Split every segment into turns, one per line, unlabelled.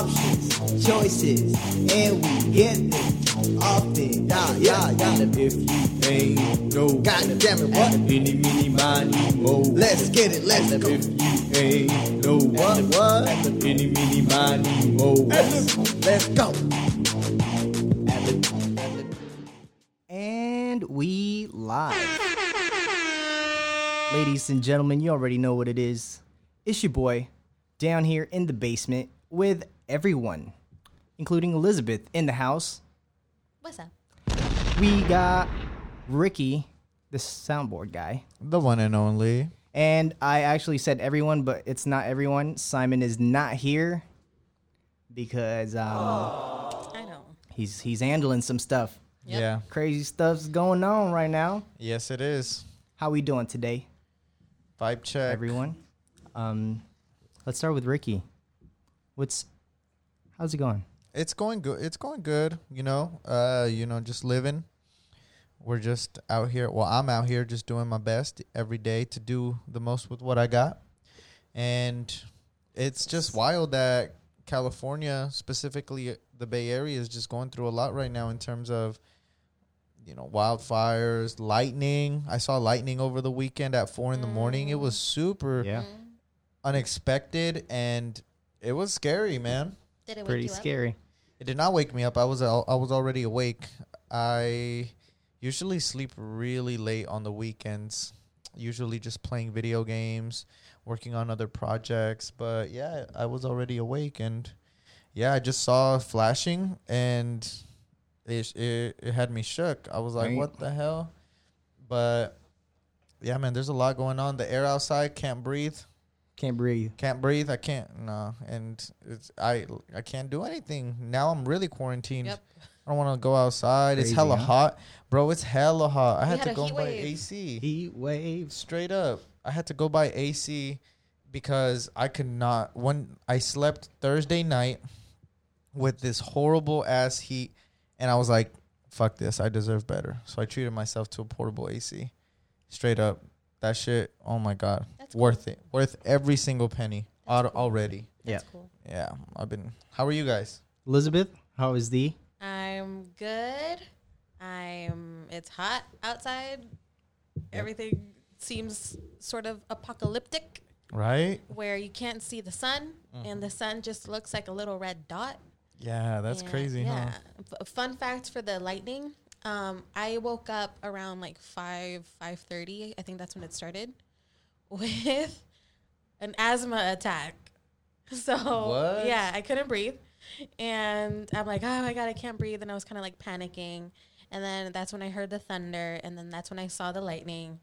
options, choices, and we get them often. Yeah, yeah, yeah.
And if you ain't no
God damn it, what?
Mini, mini, mini, mo.
Let's get it, let's
And
go.
if you ain't no
What, what?
Mini, mini, mini, mo.
Let's go. And we live. Ladies and gentlemen, you already know what it is. It's your boy down here in the basement with everyone, including Elizabeth in the house.
What's up?
We got Ricky, the soundboard guy.
The one and only.
And I actually said everyone, but it's not everyone. Simon is not here because um,
I know.
he's he's handling some stuff.
Yep.
Yeah.
Crazy stuff's going on right now.
Yes, it is.
How we doing today,
Vibe check.
everyone? Um, let's start with Ricky. What's how's it going?
It's going good. It's going good. You know. Uh. You know. Just living. We're just out here. Well, I'm out here just doing my best every day to do the most with what I got, and it's just wild that California, specifically uh, the Bay Area, is just going through a lot right now in terms of. You know, wildfires, lightning. I saw lightning over the weekend at four in the morning. It was super. unexpected and it was scary, man.
Did it wake
pretty
you up?
scary.
It did not wake me up. I was al- I was already awake. I usually sleep really late on the weekends. Usually just playing video games, working on other projects, but yeah, I was already awake and yeah, I just saw flashing and it it, it had me shook. I was like,
Right.
"What the hell?" But yeah, man, there's a lot going on. The air outside can't breathe
Can't breathe.
can't breathe. I can't. No, and it's I. I can't do anything now. I'm really quarantined.
Yep.
I don't want to go outside. it's
Crazy,
hella
huh?
hot, bro. It's hella hot. I
We
had,
had
to
a
go
heat
buy
wave.
AC.
Heat waves.
Straight up, I had to go buy AC because I could not. When I slept Thursday night with this horrible ass heat, and I was like, "Fuck this! I deserve better." So I treated myself to a portable AC. Straight up, that shit. Oh my god,
That's cool.
worth it. Worth every single penny al- already.
Yeah.
That's cool.
Yeah, I've been. How are you guys?
Elizabeth, how is the?
I'm good. I'm. It's hot outside. Everything seems sort of apocalyptic,
Right?
where you can't see the sun,
Mm-hmm.
and the sun just looks like a little red dot.
Yeah, that's
And,
crazy,
Yeah.
huh?
F- fun fact for the lightning. Um, I woke up around like five five thirty. I think that's when it started with an asthma attack. So
What?
yeah, I couldn't breathe, and I'm like, oh my god, I can't breathe, and I was kind of like panicking. And then that's when I heard the thunder, and then that's when I saw the lightning.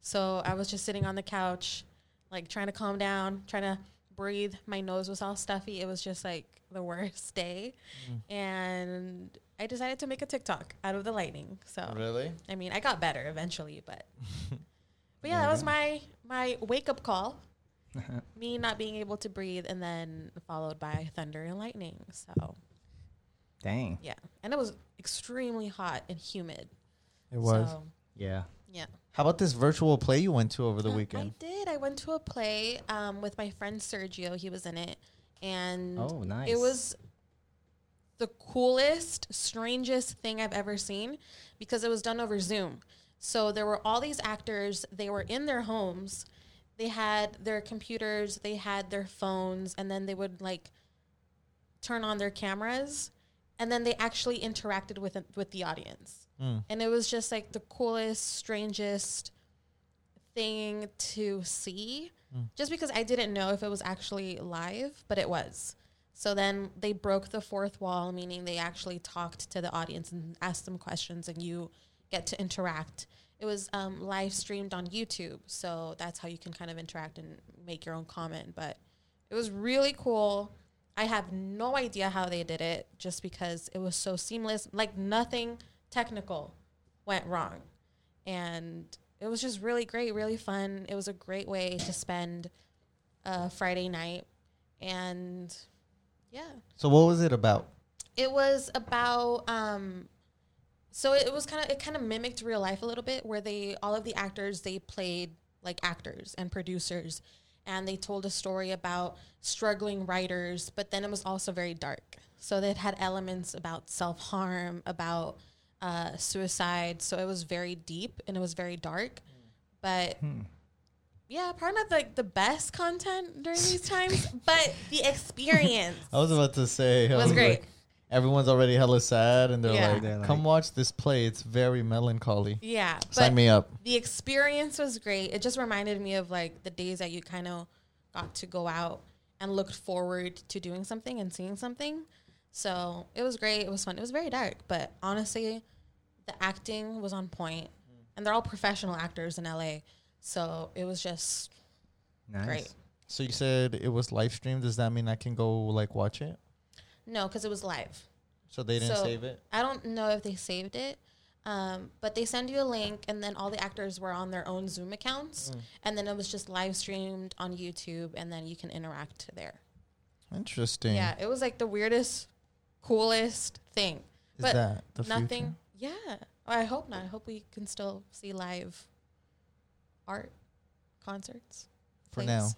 So I was just sitting on the couch, like trying to calm down, trying to breathe. My nose was all stuffy. It was just like the worst day.
Mm.
And I decided to make a TikTok out of the lightning. So
Really?
I mean, I got better eventually, but but yeah, that was my my wake up call. Me not being able to breathe, and then followed by thunder and lightning. So
Dang.
yeah, and it was extremely hot and humid.
It was.
So,
Yeah.
yeah.
How about this virtual play you went to over the
Uh,
weekend?
I did. I went to a play um, with my friend Sergio. He was in it, and
Oh, nice.
It was the coolest, strangest thing I've ever seen because it was done over Zoom. So there were all these actors. They were in their homes. They had their computers. They had their phones, and then they would like turn on their cameras, and then they actually interacted with with the audience. And it was just like the coolest, strangest thing to see just because I didn't know if it was actually live, but it was. So then they broke the fourth wall, meaning they actually talked to the audience and asked them questions, and you get to interact. It was um, live streamed on YouTube, so that's how you can kind of interact and make your own comment. But it was really cool. I have no idea how they did it just because it was so seamless. Like nothing technical went wrong. And it was just really great, really fun. It was a great way to spend a Friday night. And yeah,
So what was it about?
it was about um so it was kind of it kind of mimicked real life a little bit where they all of the actors they played like actors and producers and they told a story about struggling writers, but then it was also very dark. So it had elements about self harm, about uh, suicide. So it was very deep and it was very dark. But
Hmm.
yeah, probably not like the best content during these times, but the experience
I was about to say I
was great.
like, everyone's already hella sad, and they're,
Yeah.
like,
They're
"Come
like-
watch this play. It's very melancholy."
yeah,
Sign me up.
the experience was great. It just reminded me of like the days that you kind of got to go out and looked forward to doing something and seeing something. So it was great. It was fun. It was very dark, but honestly, the acting was on point, and they're all professional actors in LA. So it was just
Nice.
great.
So you said it was live streamed. Does that mean I can go like watch it?
No, because it was live.
So they didn't
So-
save it.
I don't know if they saved it, um, but they send you a link, and then all the actors were on their own Zoom accounts,
Hmm.
and then it was just live streamed on YouTube, and then you can interact there.
Interesting.
Yeah, it was like the weirdest, coolest thing.
Is
but
that the
Nothing. Yeah. Oh, I hope not. I hope we can still see live art concerts.
For now.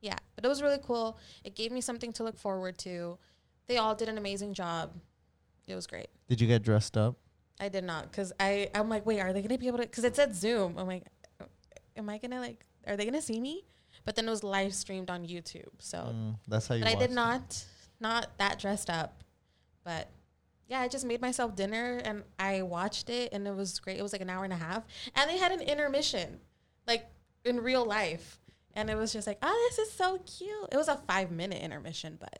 Yeah, but it was really cool. It gave me something to look forward to. They all did an amazing job. It was great.
Did you get dressed up?
I did not because I I'm like, wait, are they gonna be able to? Because it said Zoom. I'm like, "Uh, am I gonna like? Are they gonna see me? But then it was live streamed on YouTube. So,
Mm, that's how you.
but I
watched
did
it.
not not that dressed up. But yeah, I just made myself dinner and I watched it and it was great. It was like an hour and a half, and they had an intermission, like in real life, and it was just like, oh, this is so cute. It was a five minute intermission, but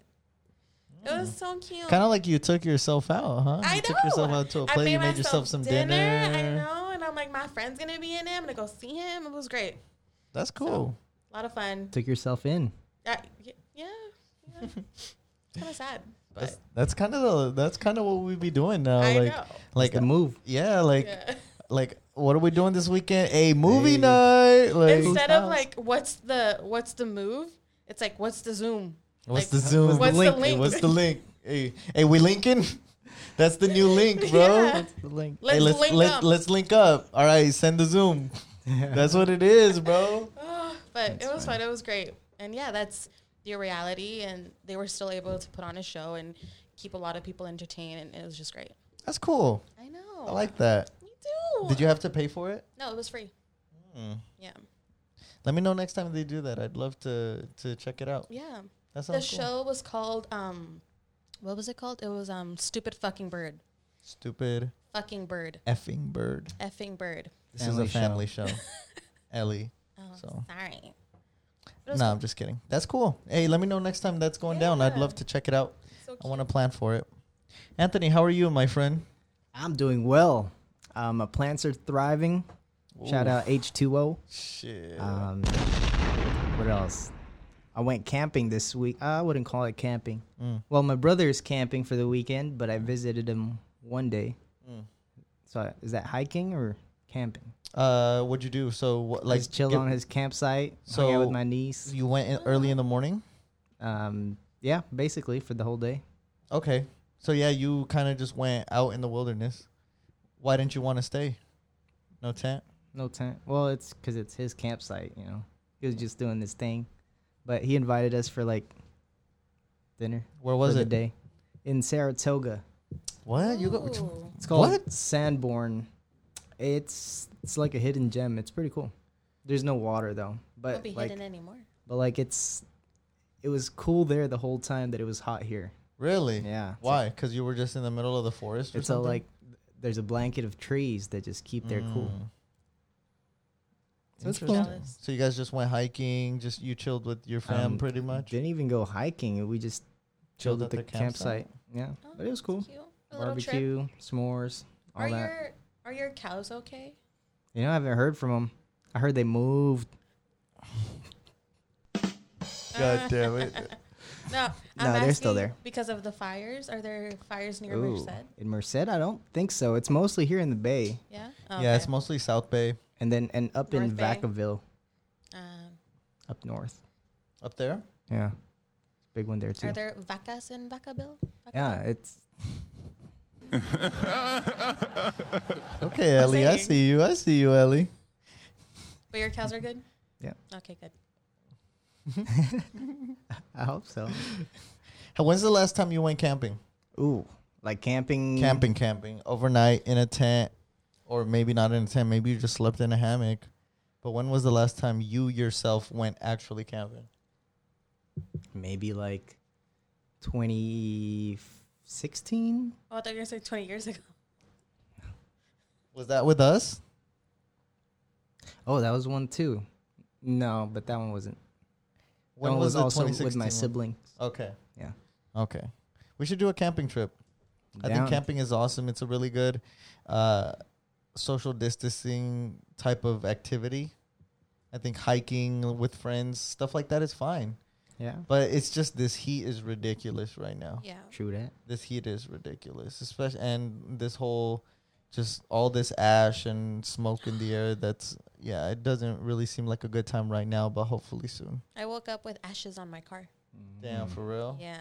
it
Mm.
was so cute.
Kind of like you took yourself out, huh? you
I know.
took yourself out to a
I
play. You made yourself some dinner.
I know, and I'm like, my friend's gonna be in it. I'm gonna go see him. It was great,
That's cool.
a lot of fun.
Took yourself in.
Yeah, yeah, yeah. kind of sad, but
that's that's kind of the that's kind of what we be doing now.
I
like
know.
like
The move.
yeah, like
yeah.
like what are we doing this weekend? A movie
Hey.
night. Like
Instead of like, what's the what's the move? It's like, what's the Zoom?
what's
like,
the Zoom?
what's the
Hey,
link?
what's the link? Hey, hey, we linking. That's the new link, bro.
Yeah.
That's the link.
Let's
hey, let's
link
let,
up.
let's link up. All right, send the Zoom. That's what it is, bro.
but it was fun. It was great, and yeah, that's their reality, and they were still able to put on a show and keep a lot of people entertained, and it was just great.
That's cool.
I know.
I like that.
Me too.
Did you Hmm. have to pay for it?
No, it was free. Yeah,
Let me know next time they do that. I'd love to to check it out.
yeah.
That
the
sounds cool.
show was called um what was it called it was um stupid fucking bird
Stupid
fucking bird
effing bird.
effing bird
This
Family
is a
show.
family show. Ellie.
oh
So.
sorry
No,
It was
I'm just kidding. That's cool. Hey, let me know next time that's going down. I'd
Yeah.
love to check it out.
so
I
cute.
want to plan for it. Anthony, how are you, my friend?
I'm doing well. Um, my plants are thriving. Shout out H2O.
Shit.
Um, what else? I went camping this week. I wouldn't call it camping.
Mm.
Well, my brother is camping for the weekend, but I visited him one day.
Mm.
So I- is that hiking or camping?
Uh, what'd you do? So, what,
Like
like,
Just chilled
get-
on his campsite. hung out
So-
with my niece.
you went in early in the morning.
Um, yeah, basically for the whole day.
Okay. So yeah, you kind of just went out in the wilderness. Why didn't you want to stay? No tent.
No tent. Well, it's because it's his campsite. You know, he was just doing this thing, but he invited us for like dinner.
Where was
for the
it?
day in Saratoga.
What you go?
Ooh.
It's called
What?
Sandborn. It's it's like a hidden gem. It's pretty cool. There's no water though,
won't
but
be
like
hidden anymore
but like it's it was cool there the whole time that it was hot here.
Really?
Yeah. It's
Why? Because you were just in the middle of the forest. Or
It's a
something?
like there's a blanket of trees that just keep their cool. So it's cool.
Interesting.
Jealous.
So you guys just went hiking. Just you chilled with your fam,
Um,
pretty much.
Didn't even go hiking. We just chilled at the, campsite. Yeah,
Oh,
but it was cool.
cute. a little trip
Barbecue, s'mores, all
are
that.
your are your cows okay
You know, I haven't heard from them. I heard they moved.
God damn it!
no
No, they're still
asking
there.
because of the fires are there fires near
Ooh.
merced
In Merced, I don't think so. It's mostly here in the Bay,
yeah
Yeah, it's mostly South Bay
and then and up in
North Bay.
Vacaville,
um,
up north.
up there.
Yeah, big one there
are
too.
there vacas in vacaville Vaca-
yeah, it's
Okay, Ellie, I
saying.
see you. I see you, Ellie.
but your cows are good
Yeah.
okay good
I hope so.
When's the last time you went camping?
Ooh, like camping.
Camping, camping, overnight in a tent, or maybe not in a tent. Maybe you just slept in a hammock. But when was the last time you yourself went actually camping?
Maybe like 2016.
Oh, I thought you were gonna say twenty years ago.
Was that with us?
Oh, that was one too. No, but that one wasn't.
When
that one was,
the
also with
2016
my
one?
siblings.
Okay.
Yeah.
Okay. We should do a camping trip. I think
Down.
camping is awesome. It's a really good uh, social distancing type of activity. I think hiking with friends, stuff like that is fine.
Yeah.
But it's just this heat is ridiculous right now.
Yeah.
True that.
This heat is ridiculous, especially and this whole just all this ash and smoke in the air that's yeah, it doesn't really seem like a good time right now, but hopefully soon. Mm.
I woke up with ashes on my car.
Mm-hmm.
Damn, for real.
Yeah.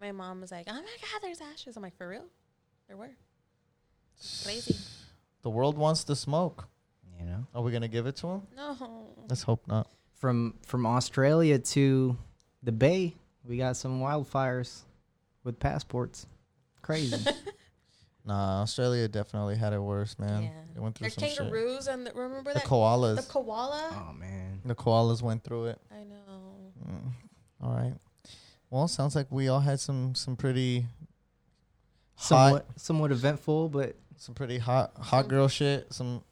My mom was like, "Oh my god, there's ashes." I'm like, "For real? There were." It's crazy.
The world wants the smoke.
You know,
Are we gonna give it to him?
No.
Let's hope not.
from from Australia to the Bay, we got some wildfires with passports. Crazy.
Nah, Australia definitely had it worse, man.
Yeah.
They went through
There's
some shit.
kangaroos and the, remember
The
that
koalas.
the
The,
koala.
oh man.
koalas went through it.
I know.
Mm. All right. Well, sounds like we all had some some pretty
Somewhat somewhat eventful, but
some pretty hot hot girl shit. Some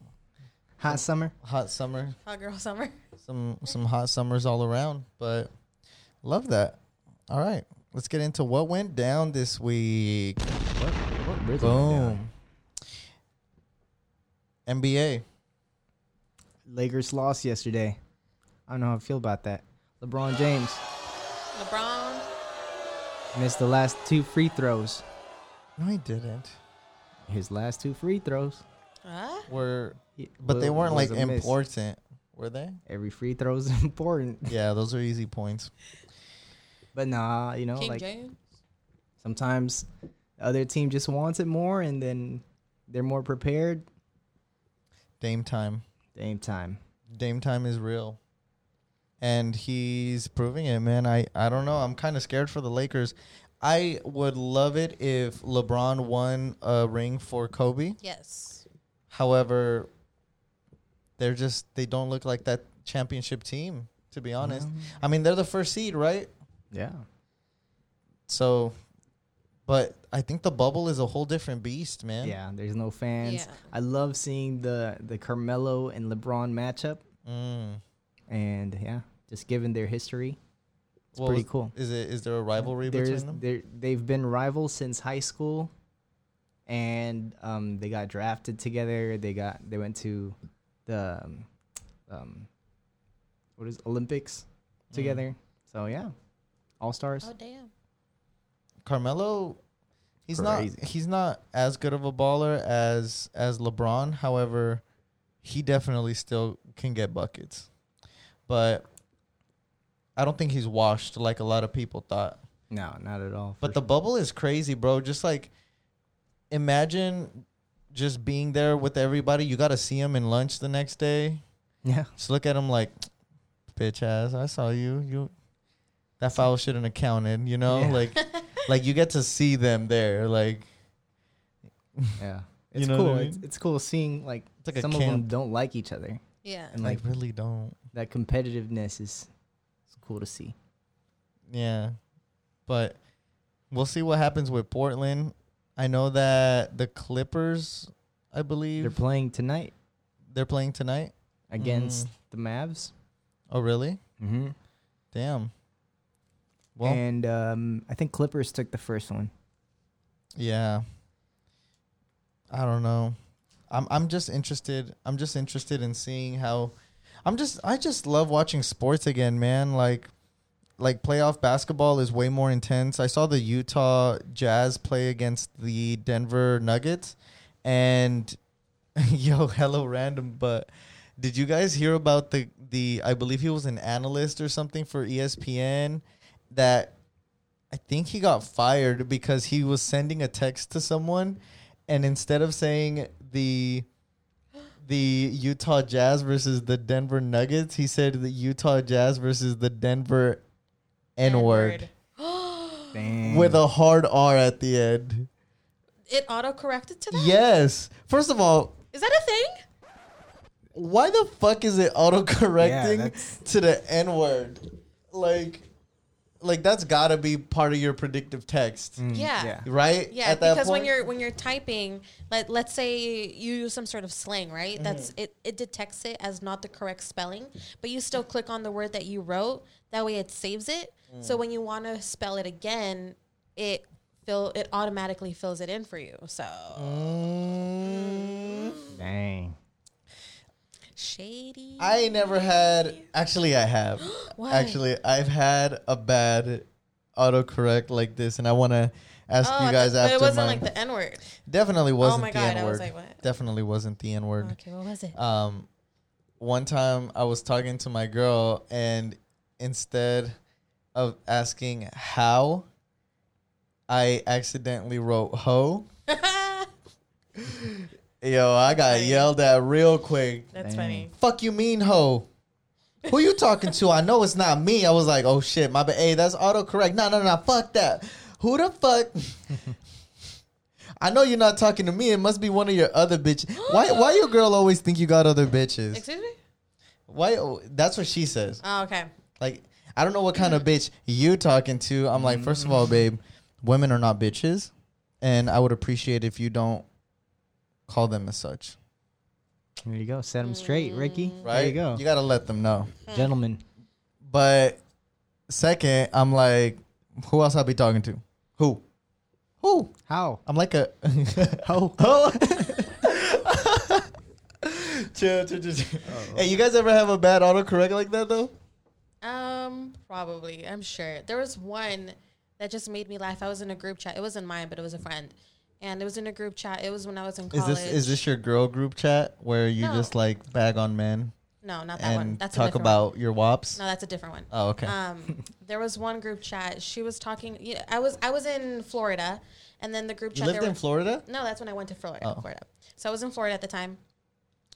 hot summer.
hot summer.
Hot girl summer.
Some some hot summers all around. But love that. All right. Let's get into what went down this week.
What, what really
Boom. NBA.
Lakers lost yesterday. I don't know how I feel about that. LeBron James
LeBron.
missed the last two free throws.
No, he didn't.
His last two free throws.
Huh?
Were
He-
But they
wa-
weren't
was
like
a miss.
important, were they?
Every free throw is important.
Yeah, those are easy points.
But nah, you know,
King
like
James.
sometimes the other team just wants it more and then they're more prepared.
Dame time.
Same time.
Dame time is real. And he's proving it, man. I, I don't know. I'm kind of scared for the Lakers. I would love it if LeBron won a ring for Kobe.
Yes.
However, they're just, they don't look like that championship team, to be honest. I mean, they're the first seed, right?
Yeah.
So, but I think the bubble is a whole different beast, man.
Yeah, there's no fans.
Yeah.
I love seeing the the Carmelo and LeBron matchup
Mm.
and yeah, just given their history. It's
What
pretty
was-
cool.
Is it? Is there a rivalry
There's
between them?
there they've been rivals since high school and um they got drafted together. They got they went to the um, um what is Olympics
Mm.
together. So yeah. All stars.
Oh damn.
Carmelo, he's
Crazy.
not. He's not as good of a baller as as LeBron. However, he definitely still can get buckets, but I don't think he's washed like a lot of people thought.
No, not at all.
But the bubble is crazy, bro. Just like imagine just being there with everybody. You got to see him in lunch the next day.
yeah.
Just look at him like, bitch ass. I saw you. You that foul shouldn't have counted. You know,
Yeah.
like, like you get to see them there. Like,
Yeah.
You
It's
know what
cool.
I
it's,
mean?
it's cool seeing like,
It's like a
some of them
camp.
don't like each other,
Yeah.
and
like
like
really don't.
that competitiveness is it's cool to see.
Yeah, but we'll see what happens with Portland. I know that the Clippers, I believe
They're
they're,
playing tonight
playing tonight. Mm.
against the Mavs,
Oh, really?
mm-hmm.
Damn. Well,
and um, I think Clippers took the first one.
Yeah. I don't know. I'm I'm just interested. I'm just interested in seeing how I'm just I just love watching sports again, man. Like like playoff basketball is way more intense. I saw the Utah Jazz play against the Denver Nuggets and yo, hello random, but did you guys hear about the the I believe he was an analyst or something for E ESPN that I think he got fired because he was sending a text to someone, and instead of saying the the Utah Jazz versus the Denver Nuggets. He said the Utah Jazz versus the Denver N word
Damn.
with a hard R at the end.
It auto corrected to that?
Yes. First of all,
Is that a thing?
why the fuck is it auto correcting
that's-
to the N word? Like, like that's gotta be part of your predictive text,
Yeah.
yeah.
right?
Yeah,
At that
because when
point?
you're when you're typing, like let's say you use some sort of slang, right?
Mm-hmm.
That's it, it detects it as not the correct spelling, but you still click on the word that you wrote. That way it saves it.
Mm.
So when you want to spell it again, it fill it automatically fills it in for you. So
Mm.
Dang.
shady.
I ain't never had. Actually, I have.
What?
Actually, I've had a bad autocorrect like this, and I want to ask
Oh, I
you guys
thought-
after
but it wasn't
mine.
like the N word.
Definitely wasn't
my
the
God,
N
I
word.
was like, what?
Definitely wasn't the N word.
Okay, what was it?
Um, one time I was talking to my girl, and instead of asking how, I accidentally wrote ho. Yo, I got yelled at real quick.
That's funny.
fuck you mean hoe? Who you talking to? I know it's not me. I was like, oh shit, my bad. Hey, that's autocorrect. No, no, no, fuck that. Who the fuck? I know you're not talking to me. It must be one of your other bitches. Why? Why your girl always think you got other bitches?
Excuse me.
Why? oh, That's what she says.
Oh, okay.
Like, I don't know what kind of bitch you talking to. I'm like, first of all,
Mm-hmm.
babe, women are not bitches, and I would appreciate if you don't call them as such.
There you go. Set them straight, Ricky.
Right?
There you go.
You gotta let them know.
Gentlemen.
But second, I'm like, who else I'll be talking to? Who? Who?
How?
I'm like a
How?
oh. chill, chill, chill, chill.
Oh.
Hey, you guys ever have a bad autocorrect like that though?
Um, probably. I'm sure. There was one that just made me laugh. I was in a group chat. It wasn't mine, but it was a friend. And it was in a group chat. It was when I was in
Is
college.
this is this your girl group chat where you
No.
just like bag on men
No, not that one.
and
That's a
talk
different
about your wops?
One. No, that's a different one.
Oh, okay.
Um, there was one group chat. She was talking. Yeah, I was I was in Florida, and then the group
you
chat.
lived
there
in
were-
Florida?
No, that's when I went to Florida.
Oh.
Florida. So I was in Florida at the time,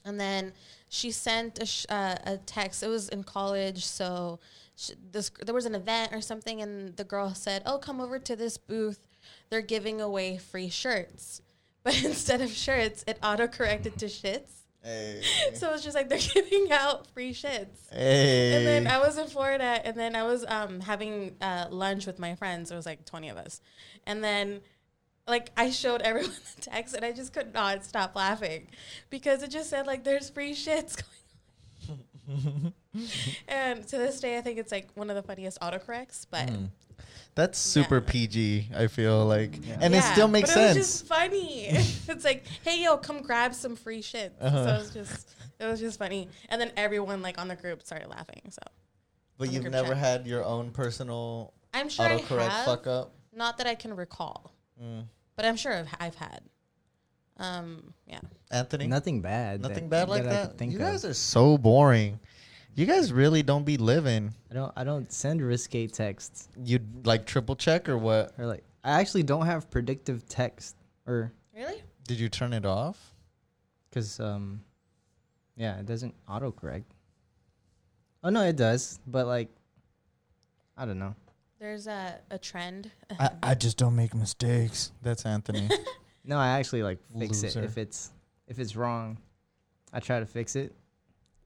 and then she sent a, sh- uh, a text. It was in college, so sh this there was an event or something, and the girl said, "Oh, come over to this booth. They're giving away free shirts." But instead of shirts, it auto corrected to shits.
Hey.
So it was just like they're giving out free shits.
Hey.
And then I was in Florida, and then I was um, having uh, lunch with my friends. It was like 20 of us. And then, like, I showed everyone the text, and I just could not stop laughing because it just said, like, there's free shits going on. and to this day, I think it's like one of the funniest autocorrects, but.
Mm. Hmm. That's super PG, I feel like. And it
Yeah,
still makes
but
sense.
It was just funny. it's like, hey yo, come grab some free shit.
Uh-huh.
So it was just, it was just funny. And then everyone like on the group started laughing. So
But
on the
you've
group
never
chat.
had your own personal
I'm sure I
autocorrect
have.
fuck up. Hmm.
Not that I can recall, but I'm sure I've, I've had. Um, yeah.
Anthony,
Nothing bad.
nothing
that-
bad like
I
that.
could think
you
of.
guys are so boring. You guys really don't be living.
I don't. I don't send risque texts
You like triple check or what?
or like. I actually don't have predictive text or
Really?
Did you turn it off?
because um, yeah, it doesn't autocorrect. Oh no, it does, but like, I don't know.
There's a, a trend.
I, I just don't make mistakes. That's Anthony.
No, I actually like fix
Loser.
it if it's if it's wrong. I try to fix it.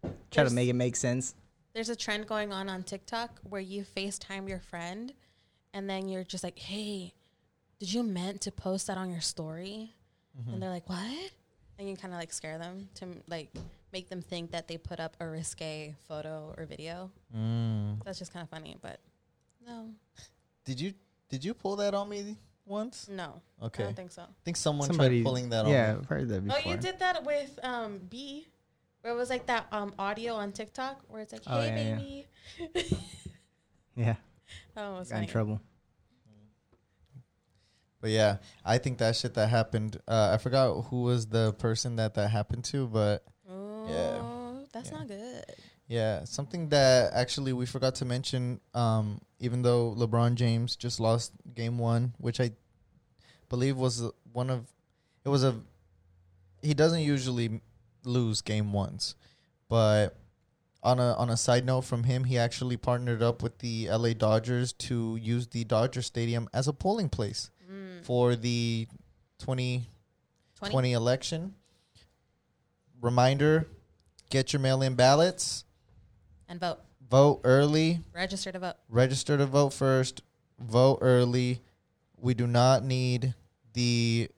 Try
There's-
to make it make sense.
There's a trend going on on TikTok where you FaceTime your friend and then you're just like, hey, did you meant to post that on your story? And they're like, what? And you kind of like scare them to like make them think that they put up a risque photo or video.
Mm.
That's just kind of funny, but no,
did you did you pull that on me once?
no. I
Okay.
don't think so.
I think someone tried pulling that
Yeah,
on me.
I've heard that before.
Oh, you did that with um B, where it was like that um audio on TikTok where it's like, "Hey,
Oh, yeah,
baby."
Yeah,
Oh, it's
got in
funny.
trouble.
But yeah, I think that shit that happened. Uh, I forgot who was the person that that happened to, but
Oh,
Yeah.
that's
Yeah.
not good.
Yeah, something that actually we forgot to mention. Um, even though LeBron James just lost Game One, which I believe was one of, it was a. He doesn't usually lose game ones. But on a on a side note from him, he actually partnered up with the LA Dodgers to use the Dodger Stadium as a polling place
Hmm. Mm-hmm.
for the 2020
20?
election. Reminder, get your mail-in ballots,
and vote.
vote early,
Register to vote.
register to vote first, vote early. We do not need the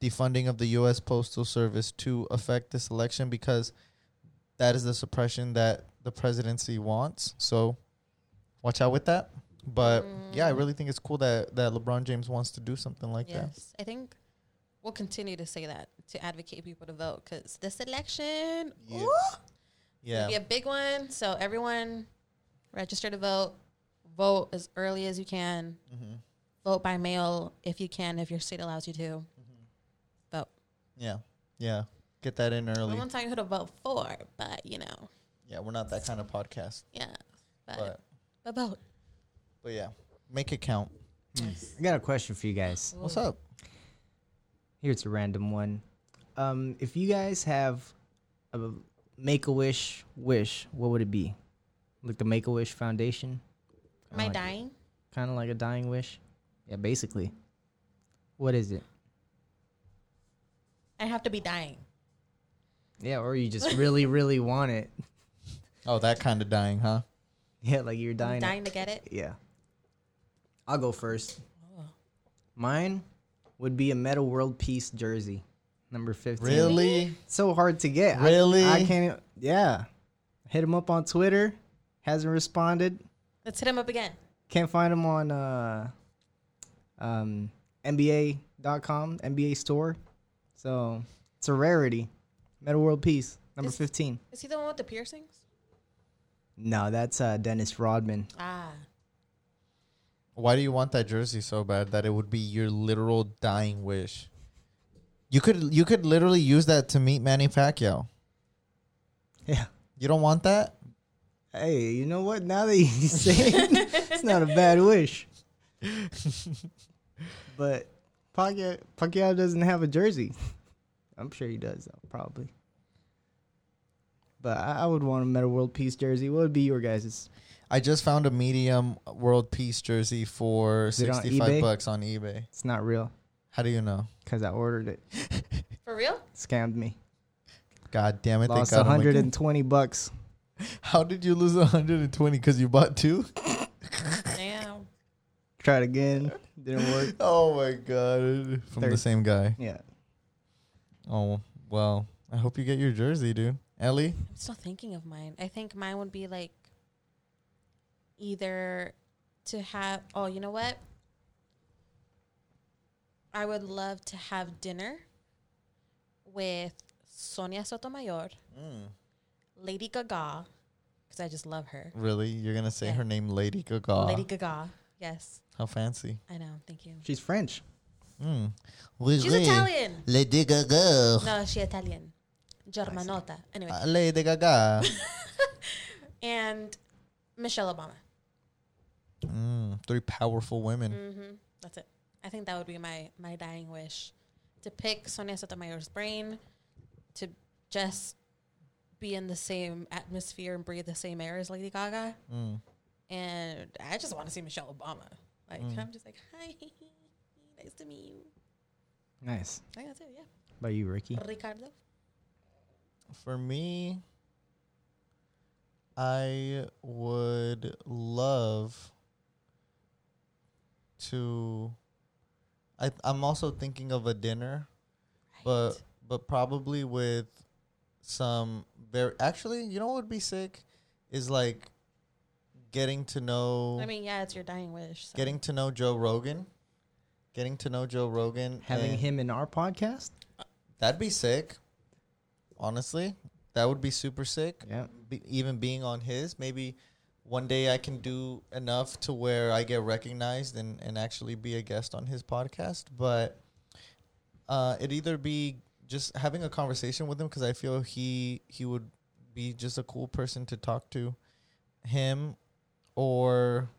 the funding of the US Postal Service to affect this election because that is the suppression that the presidency wants. So watch out with that. But yeah,
Mm.
I really think it's cool that that LeBron James wants to do something like that.
Yes, I think we'll continue to say that to advocate people to vote because this election
Yeah.
ooh,
Yeah.
be a big one. So everyone, register to vote. Vote as early as you can.
Mm-hmm.
Vote by mail if you can, if your state allows you to. Vote.
Yeah. Yeah. Get that in
I
early.
won't tell you who to vote for, but you know,
Yeah, we're not that kind of podcast.
yeah. But,
But
but vote.
but yeah. Make it count.
I got a question for you guys.
What's up?
Here's a random one. Um, if you guys have a make a wish wish, what would it be? Like the Make a Wish Foundation,
Am I
like it.
dying?
kind of like a dying wish. Yeah, basically. What is it?
I have to be dying.
Yeah, or you just really, really want it.
Oh, that kind of dying, huh?
Yeah, like you're dying.
I'm
to-
dying to get it.
Yeah. I'll go first. Mine would be a Metal World Peace jersey, number 15.
Really?
It's so hard to get. I-
Really?
I, can't. Yeah. Hit him up on Twitter. Hasn't responded.
Let's hit him up again.
Can't find him on uh, um, NBA.com, NBA store. So it's a rarity. Metal World Peace, number
Is-
15.
Is he the one with the piercings?
No, that's uh, Dennis Rodman.
Ah,
Why do you want that jersey so bad that it would be your literal dying wish? You could you could literally use that to meet Manny Pacquiao.
Yeah.
You don't want that?
Hey, you know what? Now that you say it, it's not a bad wish. but Pacquiao, Pacquiao doesn't have a jersey. I'm sure he does, though, probably. But I, I would want a Meta World Peace jersey. What would be your guys'?
I just found a medium world peace jersey for
it on
65
eBay?
bucks on eBay.
It's not real
How do you know?
because I ordered it.
for real?
Scammed me.
God damn it. they
Lost
got 'em again.
120 bucks.
How did you lose 120 cuz you bought two?
Damn.
Tried again. Didn't work.
Oh my god. From the
Third.
same guy.
Yeah.
Oh, well. I hope you get your jersey, dude. Ellie?
I'm still thinking of mine. I think mine would be like either to have oh, you know what? I would love to have dinner with Sonia Sotomayor,
Mm.
Lady Gaga, because I just love her.
Really? You're going to say
Yeah.
her name Lady Gaga?
Lady Gaga, yes,
How fancy.
I know. Thank you.
She's French.
Mm.
She's Italian.
Lady Gaga.
No, she's Italian. Germanota. Anyway,
Uh, Lady Gaga.
and Michelle Obama.
mm, three powerful women.
Mm-hmm. That's it. I think that would be my my dying wish to pick Sonia Sotomayor's brain, to just be in the same atmosphere and breathe the same air as Lady Gaga.
Mm.
And I just want to see Michelle Obama. Like I'm just like, hi, nice to meet you.
Nice.
I think that's it. Yeah,
By you, Ricky.
Ricardo.
For me, I would love to. I, I'm also thinking of a dinner, but but probably with some very. Actually, you know what would be sick is like getting to know.
I mean, yeah, it's your dying wish. so.
getting to know Joe Rogan, getting to know Joe Rogan,
Having
and-
him in our podcast?
that'd be sick. Honestly, that would be super sick.
Yeah.
Be, even being on his, maybe one day I can do enough to where I get recognized and and actually be a guest on his podcast. But uh, it'd either be just having a conversation with him because I feel he he would be just a cool person to talk to, him, or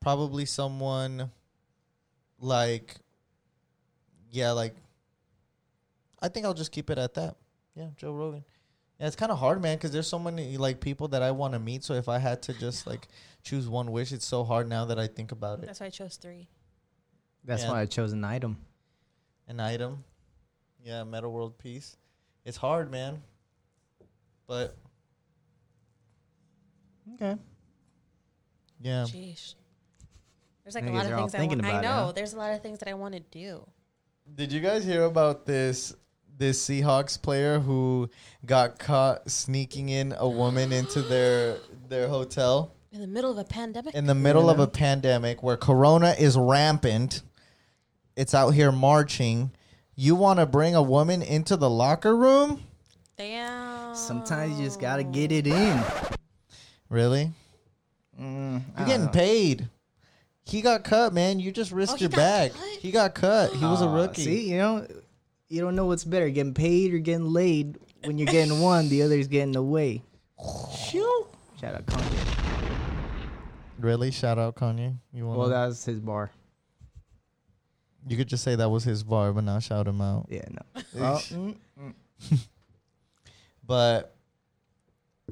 probably someone like yeah, like I think I'll just keep it at that. Yeah, Joe Rogan. Yeah, it's kind of hard, man, because there's so many like people that I want to meet. So if I had to just like choose one wish, it's so hard now that I think about it.
That's why I chose three.
That's
Yeah.
why I chose an item.
An item, yeah, metal world peace. It's hard, man. But
Okay. Um,
yeah,
Jeez. There's like a
Niggas
lot of
are all
things I
thinking
want. I
about it,
know.
huh?
There's a lot of things that I want to do.
did you guys hear about this? This Seahawks player who got caught sneaking in a woman into their their hotel.
In the middle of a pandemic.
in the middle of a pandemic where corona is rampant it's out here marching you want to bring a woman into the locker room
Damn.
Sometimes you just gotta get it in.
really
Mm, I
you're
don't
getting
know.
paid he got cut man you just risked
Oh, he
your
got
back
cut?
he got cut he was a
Aw,
rookie
uh, See, you know, you don't know what's better, getting paid or getting laid. When you're getting one, the other's getting away.
Phew.
Shout out Kanye.
really shout out kanye you want
Well, that was his bar.
you could just say that was his bar but not shout him out
Yeah, no. Well, mm,
but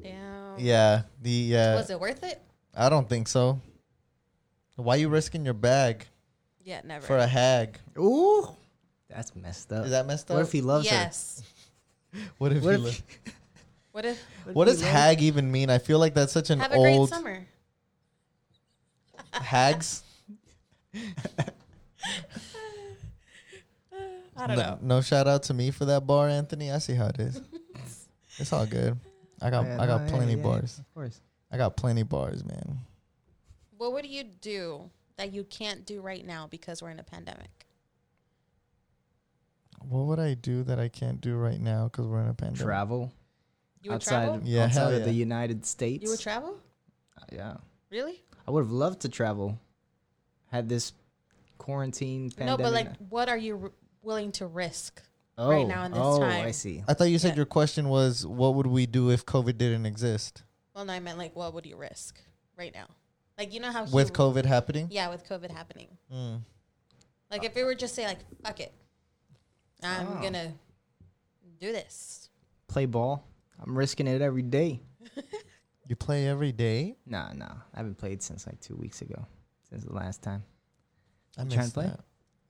Damn.
yeah the uh,
Was it worth it?
i don't think so why you risking your bag
Yeah, never.
for a hag
Oh, mm, ooh, that's messed up.
is that messed up
what if he loves
yes.
what if
her? What
he
if
lo-
What if?
What
Be
does
ready.
hag even mean? I feel like that's such an
Have a great
old
summer.
hags. No,
I don't know.
no shout out to me for that bar, Anthony. I see how it is. it's all good. I got
Yeah,
I got
no, yeah,
plenty
yeah,
bars.
Of course.
I got plenty bars, man.
What would you do that you can't do right now because we're in a pandemic?
What would I do that I can't do right now because we're in a pandemic?
Travel
You would
outside,
travel.
Yeah,
outside
hell
of the
yeah.
United States. Uh,
You would travel?
yeah,
Really?
I would have loved to travel. Had this quarantine pandemic.
No, but like, what are you r- willing to risk?
oh,
right now in this
oh,
time.
I see.
I thought you said
Yeah.
your question was what would we do if COVID didn't exist
Well, no, I meant like, what would you risk right now? Like, you know how
with
he-
COVID happening?
Yeah, with COVID happening.
Mm.
Like, if we were just say like, fuck it, I'm
Oh.
gonna do this.
Play ball. I'm risking it every day.
You play every day.
Nah, nah. I haven't played since like two weeks ago, since the last time.
I
You
miss
trying to play?
that.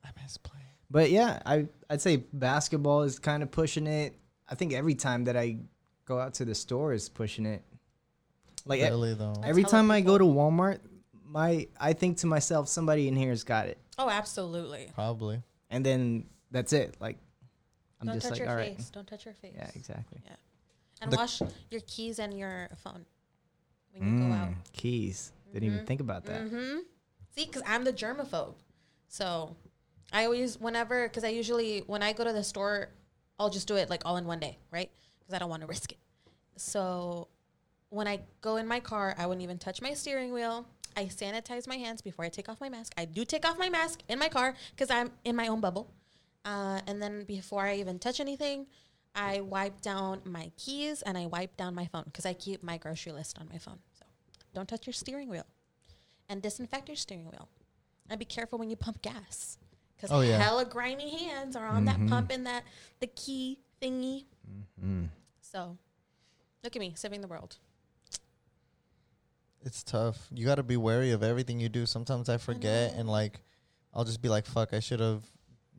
I miss playing.
But yeah, I I'd say basketball is kind of pushing it. I think every time that I go out to the store is pushing it. Like e-
Really though.
every
That's hella
time I go to Walmart, my I think to myself, somebody in here's got it,
Oh, absolutely.
Probably.
and then that's it. Like I'm
Don't
just
touch
like,
your
all
face.
right,
Don't touch your face.
yeah, exactly.
And
The-
wash your keys and your phone when you go out.
Mm, keys. Didn't even think about that.
Mm-hmm. See, because I'm the germaphobe. So I always, whenever, because I usually, when I go to the store, I'll just do it like all in one day, right? Because I don't want to risk it. So when I go in my car, I wouldn't even touch my steering wheel. I sanitize my hands before I take off my mask. I do take off my mask in my car because I'm in my own bubble. Uh, and then before I even touch anything, I wipe down my keys and I wipe down my phone because I keep my grocery list on my phone. So don't touch your steering wheel and disinfect your steering wheel. And be careful when you pump gas because
Oh, yeah. Mm-hmm.
hella grimy hands are on that pump and that the key thingy. So look at me saving the world.
It's tough. You got to be wary of everything you do. Sometimes I forget and like I'll just be like fuck, I should have,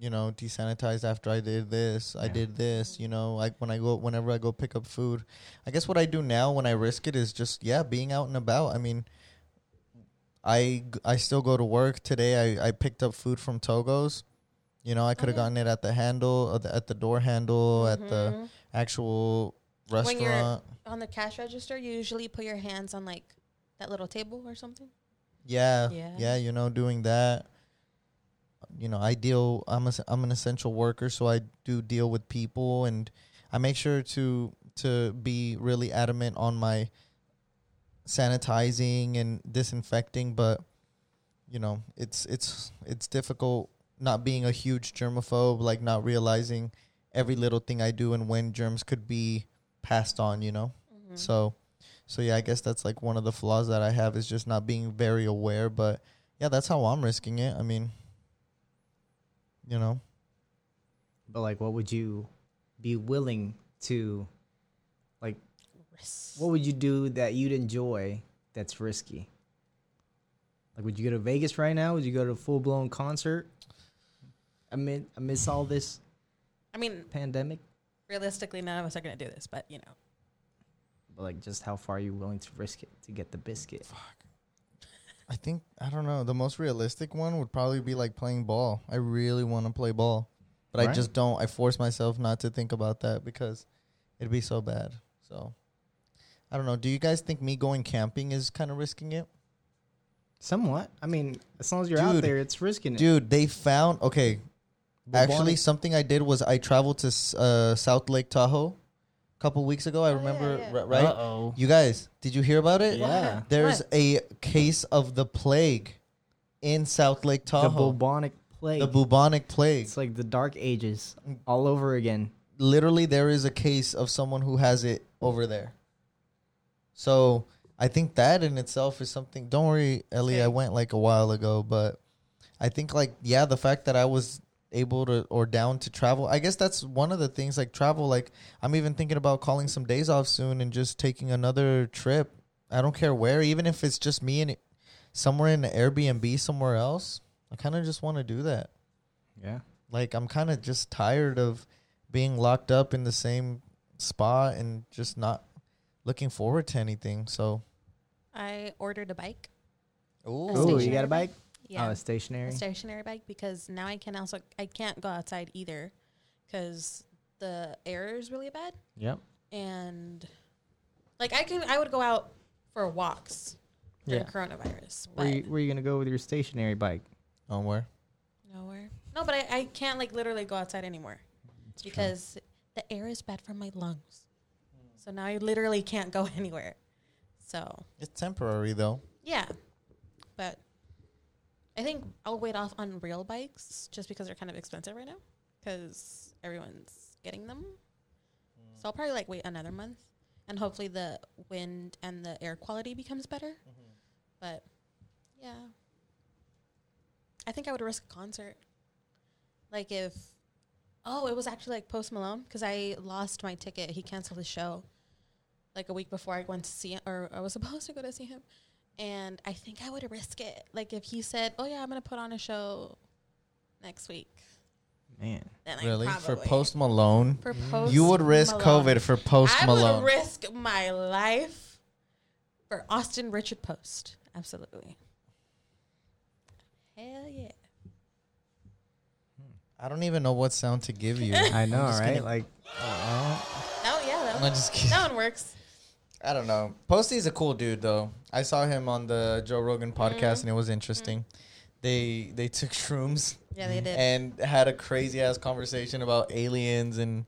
you know, desanitized after I did this. I
Yeah.
did this, you know, like when I go whenever I go pick up food. I guess what I do now when I risk it is just yeah, being out and about. I mean, I g- I still go to work today. I I picked up food from Togo's. You know, I could have gotten it at the handle, uh, the- at the door handle, at the actual
Mm-hmm. When you're
restaurant.
on the cash register, you usually put your hands on like that little table or something.
Yeah,
Yeah.
yeah, you know, doing that. You know, I deal. I'm a, I'm an essential worker, so I do deal with people, and I make sure to to be really adamant on my sanitizing and disinfecting. But you know, it's it's it's difficult not being a huge germaphobe, like not realizing every little thing I do and when germs could be passed on. You know,
Mm-hmm.
so so yeah, I guess that's like one of the flaws that I have is just not being very aware. But yeah, that's how I'm risking it. I mean, you know,
But like, what would you be willing to like
Risk.
what would you do that you'd enjoy that's risky? Like, would you go to Vegas right now? Would you go to a full blown concert amid amidst all this
I mean,
pandemic?
realistically, none of us are going to do this, but you know.
But like, just how far are you willing to risk it to get the biscuit?
I think I don't know. The most realistic one would probably be like playing ball. I really want to play ball, but I
Right.
just don't. I force myself not to think about that because it'd be so bad. So I don't know. Do you guys think me going camping is kind of risking it?
Somewhat. I mean, as long as you're out
Dude.
there, it's risking it.
Dude, they found okay.
Bubonic-
Actually, something I did was I traveled to s- uh, South Lake Tahoe a couple weeks ago. I
Oh, yeah,
remember
yeah.
ri- right.
Uh-oh.
You guys, did you hear about it?
Yeah.
There's
What?
a case of the plague in South Lake
the
Tahoe.
bubonic plague.
The bubonic plague.
it's like the Dark Ages all over again.
Literally, there is a case of someone who has it over there. So I think that in itself is something. Don't worry, Ellie. I went like a while ago, but I think like yeah, the fact that I was able to or down to travel. I guess that's one of the things like travel. Like I'm even thinking about calling some days off soon and just taking another trip. I don't care where, even if it's just me and somewhere in the Airbnb somewhere else. I kind of just want to do that.
Yeah.
Like I'm kind of just tired of being locked up in the same spot and just not looking forward to anything. So,
I ordered a bike.
Oh,
ooh,
you got a
Stationary
bike?
bike?
Oh,
Yeah.
it's stationary.
a stationary bike because now I can also I can't go outside either because the air is really bad
yep.
and like I can I would go out for walks during
Yeah.
coronavirus but
Where you, where you gonna go with your stationary bike?
on where?
nowhere no but I, I can't like literally go outside anymore because the air is bad for my lungs so now I literally can't go anywhere so
It's temporary though.
yeah but I think I'll wait off on real bikes just because they're kind of expensive right now because everyone's getting them. So I'll probably like wait another month and hopefully the wind and the air quality becomes better. But yeah, I think I would risk a concert. Like if, oh, it was actually like Post Malone because I lost my ticket. He canceled his show like a week before I went to see him, or I was supposed to go to see him. And I think I would risk it. Like if he said, "Oh yeah, I'm gonna put on a show next week,"
Man.
then
really?
I
For
probably
Post Malone?
for Post
you would risk
Malone.
COVID for Post
I
Malone.
would risk my life for Austin Richard Post. Absolutely. Hell yeah.
I don't even know what sound to give you.
I know,
just
right?
gonna-
Like
Oh yeah, that
I'm
one,
just kidding.
that one works.
I don't know. Posty's a cool dude though. I saw him on the Joe Rogan
Mm-hmm.
podcast and it was interesting. They they took shrooms
Yeah, they did.
and had a crazy ass conversation about aliens and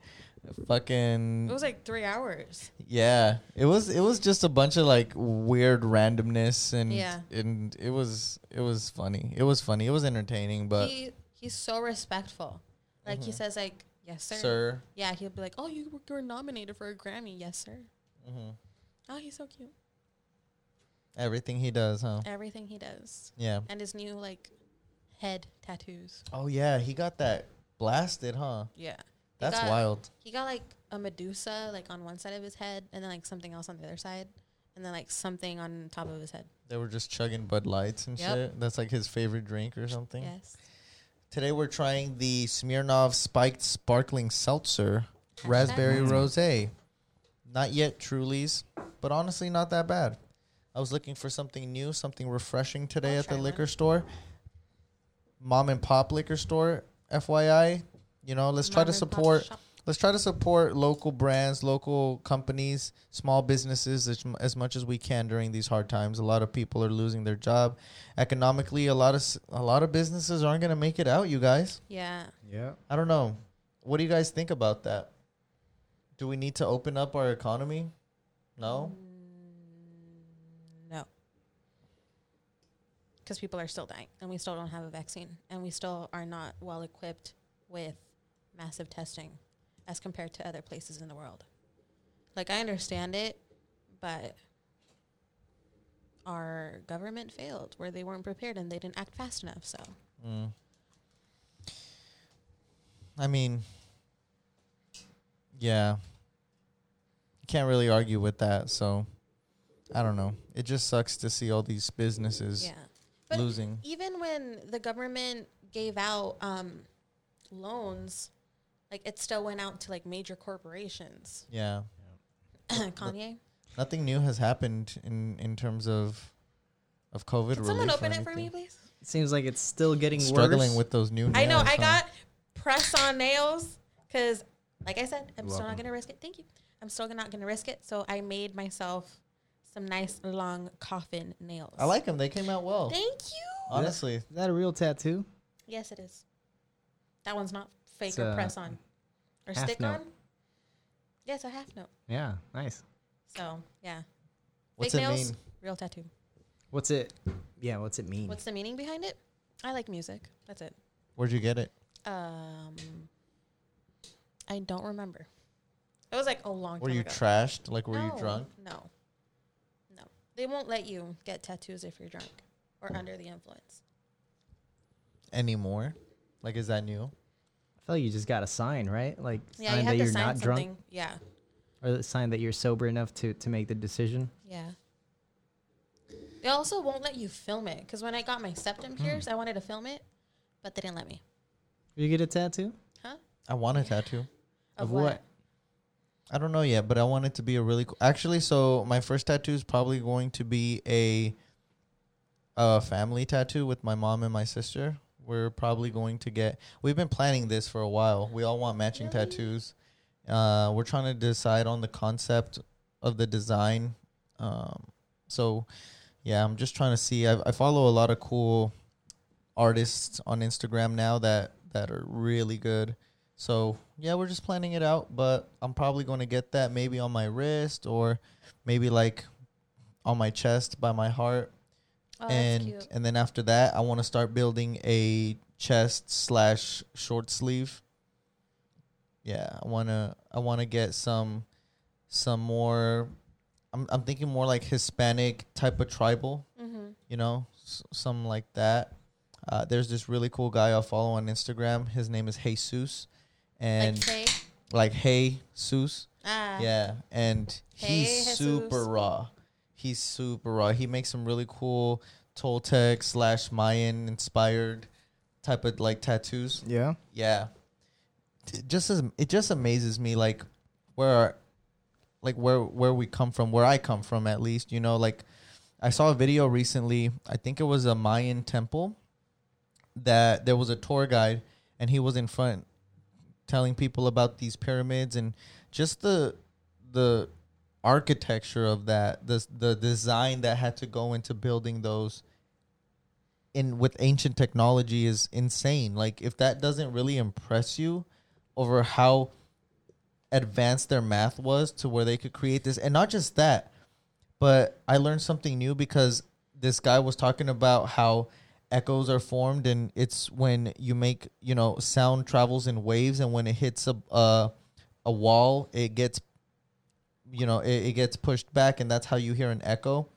fucking
It was like three hours.
yeah. It was it was just a bunch of like weird randomness and
Yeah.
and it was it was funny. It was funny. It was entertaining, but Mm-hmm.
he he's so respectful. Like he says, like yes sir.
sir,
Yeah, he'll be like, oh, you were- you were nominated for a Grammy. Yes sir.
mm-hmm,
Oh, he's so cute.
everything he does, huh?
Everything he does,
Yeah.
and his new like head tattoos.
Oh yeah, he got that blasted, huh?
Yeah. He
That's
got-
wild.
He got like a Medusa like on one side of his head, and then like something else on the other side, and then like something on top of his head.
They were just chugging Bud Lights and
Yep.
shit. That's like his favorite drink or something.
Yes.
Today we're trying the Smirnov Spiked Sparkling Seltzer Raspberry Rosé. Not yet Truly's, but honestly not that bad. I was looking for something new, something refreshing today
I'll
at the
try one.
liquor store. Mom and pop liquor store, FYI. You know, let's try to
Mom and pop
support
shop.
let's try to support local brands, local companies, small businesses as, m- as much as we can during these hard times. A lot of people are losing their job. Economically, a lot of s- a lot of businesses aren't going to make it out, you guys.
Yeah.
Yeah.
I don't know. What do you guys think about that? Do we need to open up our economy? No.
No. Because people are still dying, and we still don't have a vaccine, and we still are not well equipped with massive testing as compared to other places in the world. Like, I understand it, but our government failed where they weren't prepared and they didn't act fast enough. So,
Mm. I mean, yeah. you can't really argue with that. So I don't know. It just sucks to see all these businesses
Yeah. But
losing.
even when the government gave out um, loans, like it still went out to like major corporations.
Yeah.
Kanye,
Nothing new has happened in in terms of of COVID.
can someone
relief or
open it for me,
anything.
please?
It seems like it's still getting
Struggling
worse.
with those new.
I know
nails,
I
huh?
got press on nails because, like I said, I'm
You're
still not
welcome.
gonna risk it. Thank you. I'm still not gonna risk it. So I made myself some nice long coffin nails.
I like them. They came out well.
Thank you.
Honestly,
Is that a real tattoo?
Yes, it is. That one's not fake
It's
or
a
press on or
half
stick
note.
on. Yes, a half note.
Yeah, nice.
So yeah,
what's
fake
it
nails,
mean?
real tattoo.
What's it? Yeah, what's it mean?
What's the meaning behind it? I like music. That's it.
Where'd you get it?
Um, I don't remember. It was like a long
Were
time
you
ago.
trashed? Like, were
No,
you drunk?
No, no. They won't let you get tattoos if you're drunk
Oh.
or under the influence.
anymore? Like, is that new?
I feel like you just got a sign, right? Like
Yeah,
sign
you
that
have
you're
to sign
not
something.
drunk,
Yeah,
or the sign that you're sober enough to to make the decision.
yeah. They also won't let you film it because when I got my
Hmm.
septum pierced, I wanted to film it, but they didn't let me.
You get a tattoo
Huh?
I want a tattoo.
Of
I don't know yet, but I want it to be a really cool. Actually, so my first tattoo is probably going to be a a family tattoo with my mom and my sister. We're probably going to get. We've been planning this for a while. We all want matching tattoos. Uh, we're trying to decide on the concept of the design. Um, so, yeah, I'm just trying to see. I, I follow a lot of cool artists on Instagram now that that are really good. So yeah, we're just planning it out, but I'm probably going to get that maybe on my wrist or maybe like on my chest by my heart,
Oh,
and
that's cute.
and then after that, I want to start building a chest slash short sleeve. Yeah, I wanna I wanna get some some more. I'm I'm thinking more like Hispanic type of tribal
Mm-hmm.
you know, s- something like that. Uh, there's this really cool guy I follow on Instagram. His name is Jesus, and
Like say,
like, Hey Seuss,
ah,
yeah, and he's
Hey
super
Jesus.
raw. He's super raw. He makes some really cool Toltec slash Mayan inspired type of like tattoos.
Yeah.
Yeah, it just as, it just amazes me like where our, like where where we come from, where I come from at least. You know, like I saw a video recently. I think it was a Mayan temple that there was a tour guide and he was in front telling people about these pyramids and just the the architecture of that the the design that had to go into building those in with ancient technology is insane like if that doesn't really impress you over how advanced their math was to where they could create this and not just that but I learned something new because this guy was talking about how echoes are formed and it's when you make you know sound travels in waves and when it hits a a, a wall it gets you know it, it gets pushed back and that's how you hear an echo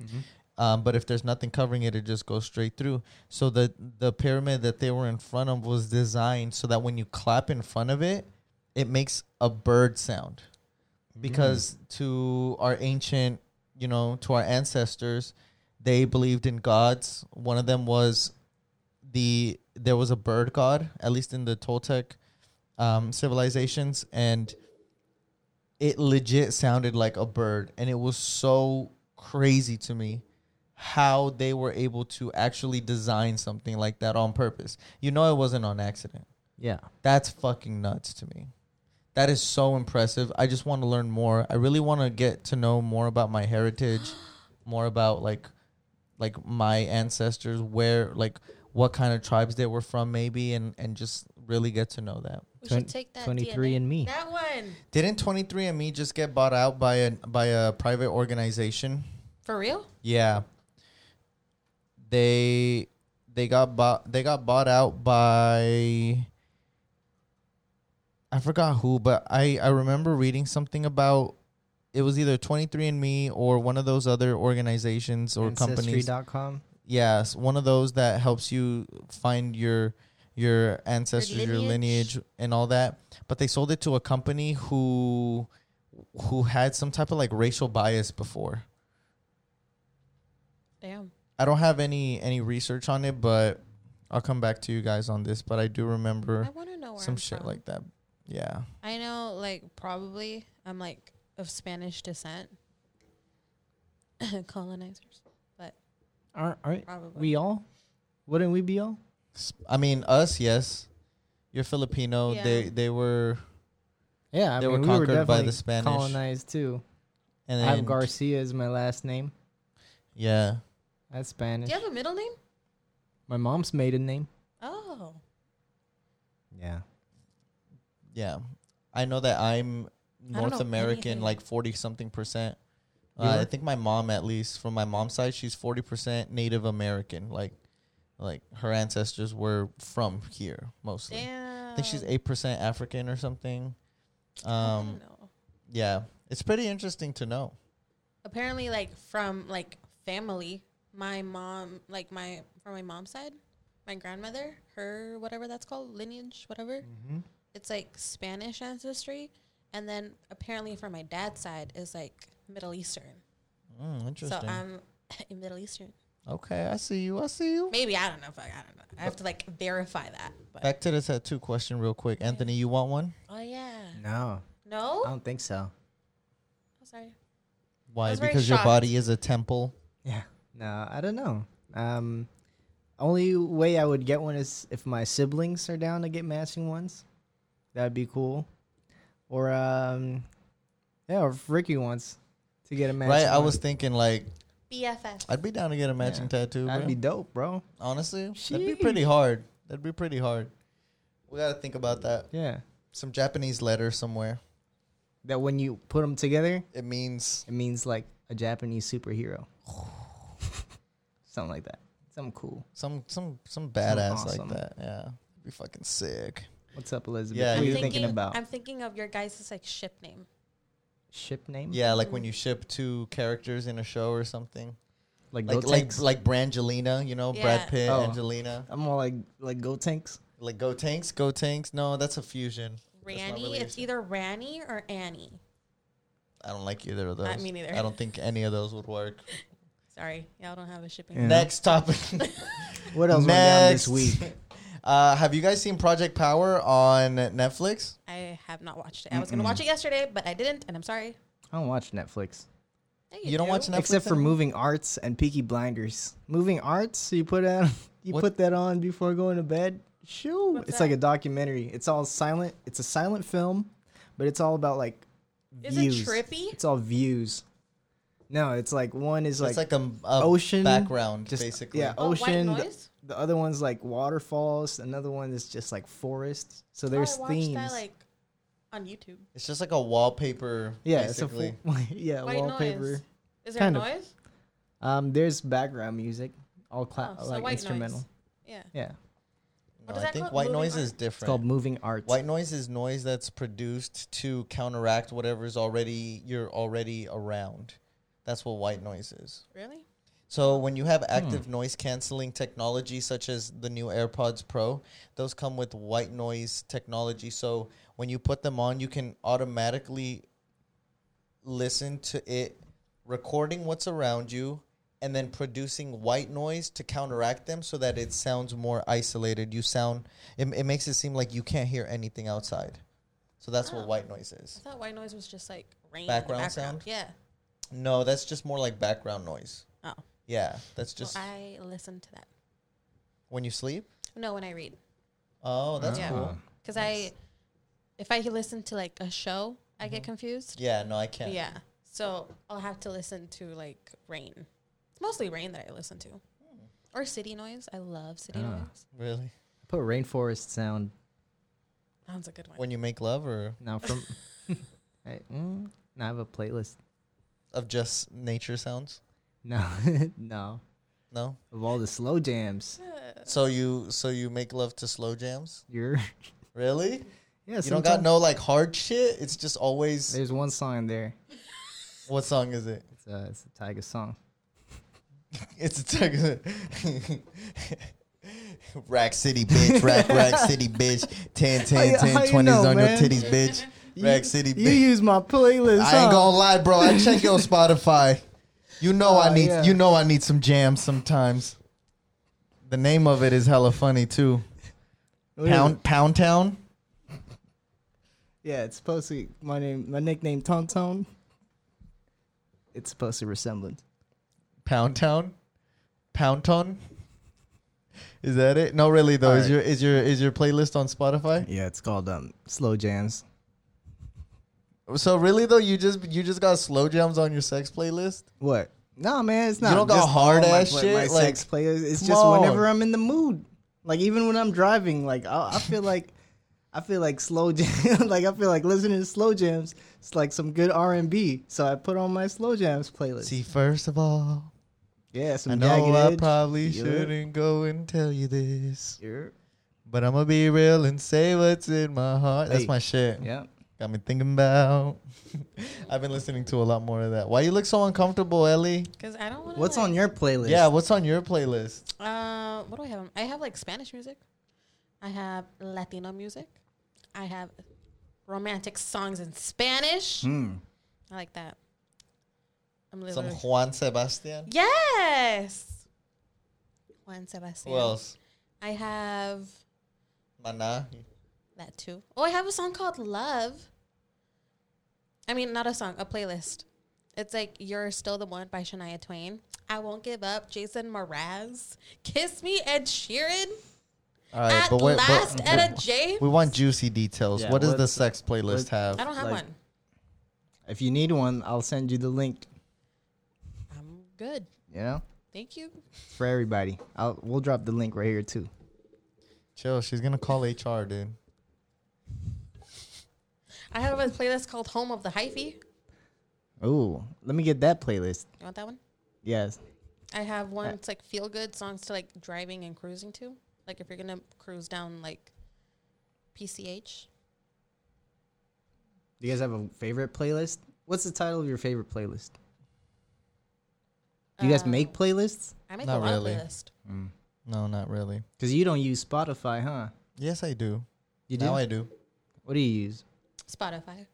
um, but if there's nothing covering it it just goes straight through so the the pyramid that they were in front of was designed so that when you clap in front of it it makes a bird sound because to our ancient, you know, to our ancestors, they believed in gods. One of them was the there was a bird god, at least in the Toltec um, civilizations, and it legit sounded like a bird, and it was so crazy to me how they were able to actually design something like that on purpose. You know, it wasn't on accident.
Yeah.
That's fucking nuts to me. That is so impressive. I just want to learn more. I really want to get to know more about my heritage, more about like like my ancestors, where like what kind of tribes they were from maybe and and just really get to know that.
we
Twen-
should take that
23
DNA.
and me.
That one
Didn't 23andme just get bought out by a by a private organization?
for real?
Yeah. They they got bought they got bought out by I forgot who, but I I remember reading something about it was either 23andme or one of those other organizations or companies.
Ancestry.com.
Yes, one of those that helps you find your your ancestors, your lineage.
lineage.
and all that. But they sold it to a company who who had some type of like racial bias before.
Damn.
I don't have any any research on it, but I'll come back to you guys on this. But I do remember
I want to know where
some
I'm
shit
from.
like that. Yeah,
I know, like probably I'm like of Spanish descent, colonizers, but
Aren't, aren't
probably
we all? Wouldn't we be all?
Sp- I mean us, yes. You're Filipino.
Yeah.
They they were,
Yeah, I
They
mean,
were
we were
conquered by
definitely
the Spanish.
colonized too.
and
I
then
have Garcia is my last name.
yeah.
That's Spanish.
Do you have a middle name?
My mom's maiden name.
Oh,
Yeah.
Yeah. I know that I'm
don't know
North American,
anything.
like 40 something percent. Uh,
Yeah.
I think my mom, at least from my mom's side, she's 40% Native American. Like, like her ancestors were from here mostly.
damn.
I think she's 8% African or something.
I
Um,
didn't know.
yeah. It's pretty interesting to know.
apparently, like from like family, my mom, like my from my mom's side, my grandmother, her whatever that's called lineage, whatever. It's like Spanish ancestry, and then apparently from my dad's side is like Middle Eastern.
Mm,
So um,
interesting.
I'm Middle Eastern.
okay. I see you. I see you.
Maybe I don't know. If I, I don't know. I have to like verify that. But
Back to the tattoo question, real quick. Anthony, you want one?
oh yeah,
No,
no.
I don't think so.
Oh, sorry.
Why?
was very
Because your
shocked.
body is a temple.
Yeah. No, I don't know. Um, only way I would get one is if my siblings are down to get matching ones. That'd be cool. Or um, yeah, or if Ricky wants to get a matching.
Right? I
one.
was thinking, like,
BFF.
I'd be down to get a matching tattoo.
That'd
bro.
be dope, bro.
Honestly, that'd be pretty hard. That'd be pretty hard. We gotta think about that.
Yeah.
Some Japanese letter somewhere.
That when you put them together,
It means
it means like a Japanese superhero. Something like that. Something cool.
some some some badass
awesome.
like that. Yeah, That'd be fucking sick.
What's up, Elizabeth?
Yeah,
what are
you-
you thinking about?
I'm thinking of your guys' like ship name.
Ship name?
Yeah, like when you ship two characters in a show or something.
Like,
Like
go
like
tanks.
like Brangelina, you know, Brad
Yeah.
Pitt,
Oh.
Angelina.
I'm all like like go tanks.
Like Go Tanks, Go Tanks. No, that's a fusion. That's not
Ranny.
really
it's
a-
either Ranny or Annie.
I don't like either of those.
Uh, me neither.
I don't think any of those would work.
Sorry, y'all don't have a shipping.
Yeah.
Next topic.
What else went down this week?
Uh, have you guys seen Project Power on Netflix?
I have not watched it. I was gonna watch it yesterday, but I didn't, and I'm sorry.
I don't watch Netflix.
No,
You don't
do.
watch Netflix
Except for
anymore?
moving arts and Peaky Blinders. Moving arts, you put that you
What-
put that on before going to bed. Shoo! it's like a documentary. It's all silent. It's a silent film, but it's all about like
Is it
views.
trippy?
It's all views. No, it's like one is like,
it's like a, a
ocean,
background,
just-
basically.
yeah,
Oh, white
ocean. the-
noise?
The, other one's like waterfalls. Another one is just like forest. So
Oh, I
there's
watched
themes.
that like on YouTube.
It's just like a wallpaper.
yeah,
basically.
it's a full yeah
White
wallpaper.
noise. Is there
Kind of.
noise?
Um, there's background music, all cla-
Oh, so
Uh, like
white
instrumental.
noise. Yeah.
Yeah,
No,
What is
I
that
think
called?
white
Moving
noise
art?
is
it's
different.
called moving arts.
white noise is noise that's produced to counteract whatever's already you're already around. That's what white noise is.
Really?
So when you have active noise canceling technology such as the new AirPods Pro, those come with white noise technology. So when you put them on, you can automatically listen to it recording what's around you and then producing white noise to counteract them so that it sounds more isolated. You sound it, it makes it seem like you can't hear anything outside. So that's what
Oh.
white noise is.
I thought white noise was just like rain. in the
Background sound?
Yeah.
No, that's just more like background noise.
Oh.
Yeah, that's
Just
just
I listened to that.
when you sleep.
No, when I read.
Oh, that's
Ah.
Yeah.
cool.
Because I, if I listen to like a show, I get confused.
Mm-hmm. Yeah, no, I
Yeah.
can't.
So I'll have to listen to like rain. It's mostly rain that I listen to.
Hmm.
Or city noise. I love city
Ah.
noise.
Really?
Put rainforest sound
That one's a good one.
When you make love or
now from. I, mm, no, I have a playlist.
of just nature sounds?
No, no,
No.
of all the slow jams,
So you so you make love to slow jams?
you're
Really?
yeah.
You don't
sometime-
got no like hard shit? It's just always
There's one song in there.
what song is it?
It's a, it's a tiger song.
It's a tug. Rack City bitch, rack rack city bitch, 10 10
you- how
10
you
20s
know,
on
man?
your titties bitch. Rag City.
You
bitch.
use my playlist.
I ain't
huh?
gonna lie, bro. I check your Spotify. You know I
Oh,
need.
yeah.
You know I need some jams sometimes. The name of it is hella funny too.
What is
Pound
it?
Pound Town.
Yeah, it's supposed to. My name, my nickname, Tonton. It's supposed to resemble. it.
Pound Town. Pound Town. Is that it? No, really though. is
Alright.
your is your is your playlist on Spotify?
Yeah, it's called um slow jams.
So really though, you just you just got slow jams on your sex playlist.
What? No, man, it's
You
not.
don't got
just
hard
all my
ass
pla-
shit,
My
like,
sex players. It's
come
just whenever
on.
I'm in the mood. Like even when I'm driving, like I, I feel like, I feel like slow jam. like I feel like listening to slow jams. It's like some good R and B. So I put on my slow jams playlist.
See, first of all,
yeah, some
I
jagged
know I
Edge.
probably
Yeah.
shouldn't go and tell you this,
Yeah.
but I'm gonna be real and say what's in my heart. That's
Hey.
my shit.
Yeah.
Got me thinking about. I've been listening to a lot more of that. Why you look so uncomfortable, Ellie?
Because I don't want to.
What's on your playlist?
Yeah, what's on your playlist?
Uh, what do I have? I have like Spanish music. I have Latino music. I have romantic songs in Spanish. I like that. I'm
Hmm. Some
literally.
Juan Sebastian.
yes. Juan Sebastian.
Who else?
I have
Mana.
that too. Oh, I have a song called Love. I mean, not a song, a playlist. It's like You're Still the One by Shania Twain. I Won't Give Up, Jason Mraz. Kiss Me, Ed Sheeran.
All right,
At
but wait, but-
last, Etta James.
we want juicy details.
Yeah,
what does the
what's-
sex playlist
what's-
have?
I don't have
like-
one.
If you need one, I'll send you the link.
I'm good.
You know,
Thank you.
for everybody. I'll we'll drop the link right here too.
Chill. She's gonna call HR, dude.
I have a playlist called Home of the Hyphy.
Ooh, let me get that playlist.
You want that one?
Yes.
I have
Uh,
one. It's like feel good songs to like driving and cruising to. Like if you're gonna cruise down like PCH.
Do you guys have a favorite playlist? What's the title of your favorite playlist? Do you guys
Um,
make playlists?
I make
Not
a lot
really.
of playlist.
No, not really.
Because you don't use Spotify, huh?
Yes, I do.
You do.
now I do.
what do you use?
Spotify.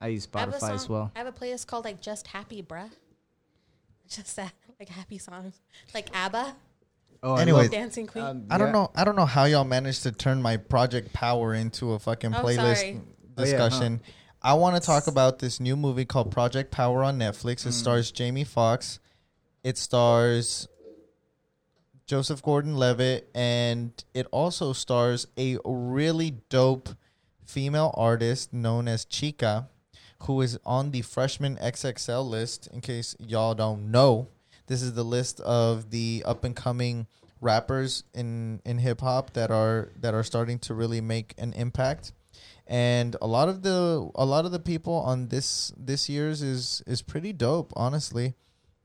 I use
I have a
Spotify as
song-
well.
I have a playlist called like Just Happy, bruh. Just that, like happy songs, like ABBA,
Oh, um,
Anyway, Wait.
Dancing Queen.
I don't know. I don't know how y'all managed to turn my project power into a fucking
Oh,
playlist
sorry.
Oh, yeah, huh.
discussion. I want to talk about this new movie called Project Power on Netflix.
Mm.
It stars Jamie Foxx. It stars Joseph Gordon-Levitt, and it also stars a really dope female artist known as Chica, who is on the freshman XXL list. In case y'all don't know, this is the list of the up-and-coming rappers in in hip hop that are that are starting to really make an impact. And a lot of the a lot of the people on this this year's is is pretty dope, honestly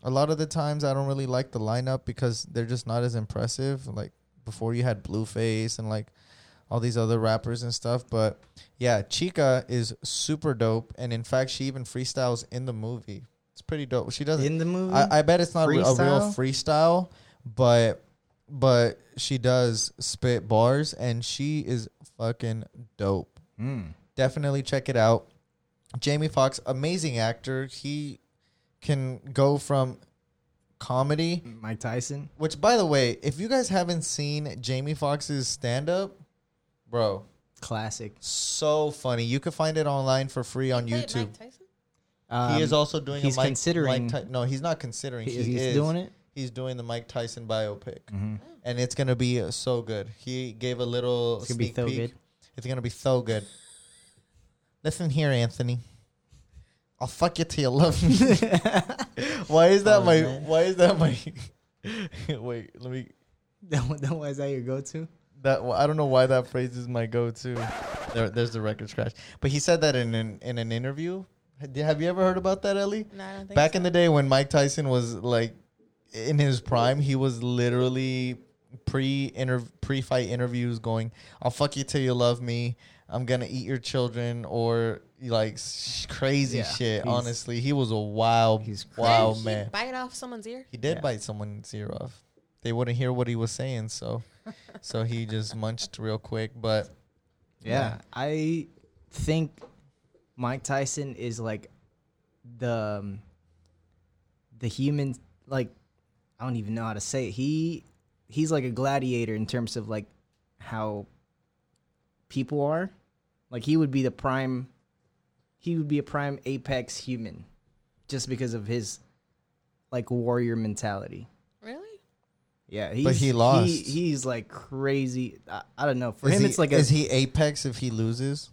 a lot of the times I don't really like the lineup because they're just not as impressive. Like before, you had Blueface and like all these other rappers and stuff. But yeah, Chica is super dope, and in fact, she even freestyles in the movie. It's pretty dope. She doesn't
In the movie?
I, I bet it's not a real
Freestyle?
freestyle, but but she does spit bars, and she is fucking dope.
Hmm.
Definitely check it out. Jamie Foxx, amazing actor. He can go from comedy,
Mike Tyson.
which by the way, if you guys haven't seen Jamie Foxx's stand up, bro,
Classic.
so funny. You can find it online for free on
Wait,
YouTube.
Mike Tyson?
Um,
he is also doing
he's
a Mike,
considering-
Mike Ty- no, he's not considering.
He-
He
he's
is
doing it?
He's doing the Mike Tyson biopic, and it's gonna be uh, so good. He gave a little
It's gonna be
sneak
so
peek.
good.
It's gonna be so good. Listen here, Anthony. I'll fuck you till you love me. why is that
Oh,
my?
man.
Why is that my? Wait, let me.
That one- that one- is that your go-to?
That I don't know why that phrase is my go-to. There, there's the record scratch. But he said that in an in an interview. Have you ever heard about that, Ellie?
No, I don't think
back
so.
in the day when Mike Tyson was like in his prime, he was literally pre pre fight interviews going, "I'll fuck you till you love me. I'm gonna eat your children," or like sh- crazy
Yeah, he's-
shit. Honestly, he was a wild,
he's
wild
Didn't he
man.
Bite off someone's ear.
He did
Yeah.
bite someone's ear off. They wouldn't hear what he was saying, so so he just munched real quick. But
Yeah. I think Mike Tyson is like the um, the human like I don't even know how to say it. he he's like a gladiator in terms of like how people are like he would be the prime he would be a prime apex human just because of his like warrior mentality
Really?
yeah he's,
he lost.
he, he's like crazy I, I don't know for
Is
him
he-
it's like a
is he apex if he loses?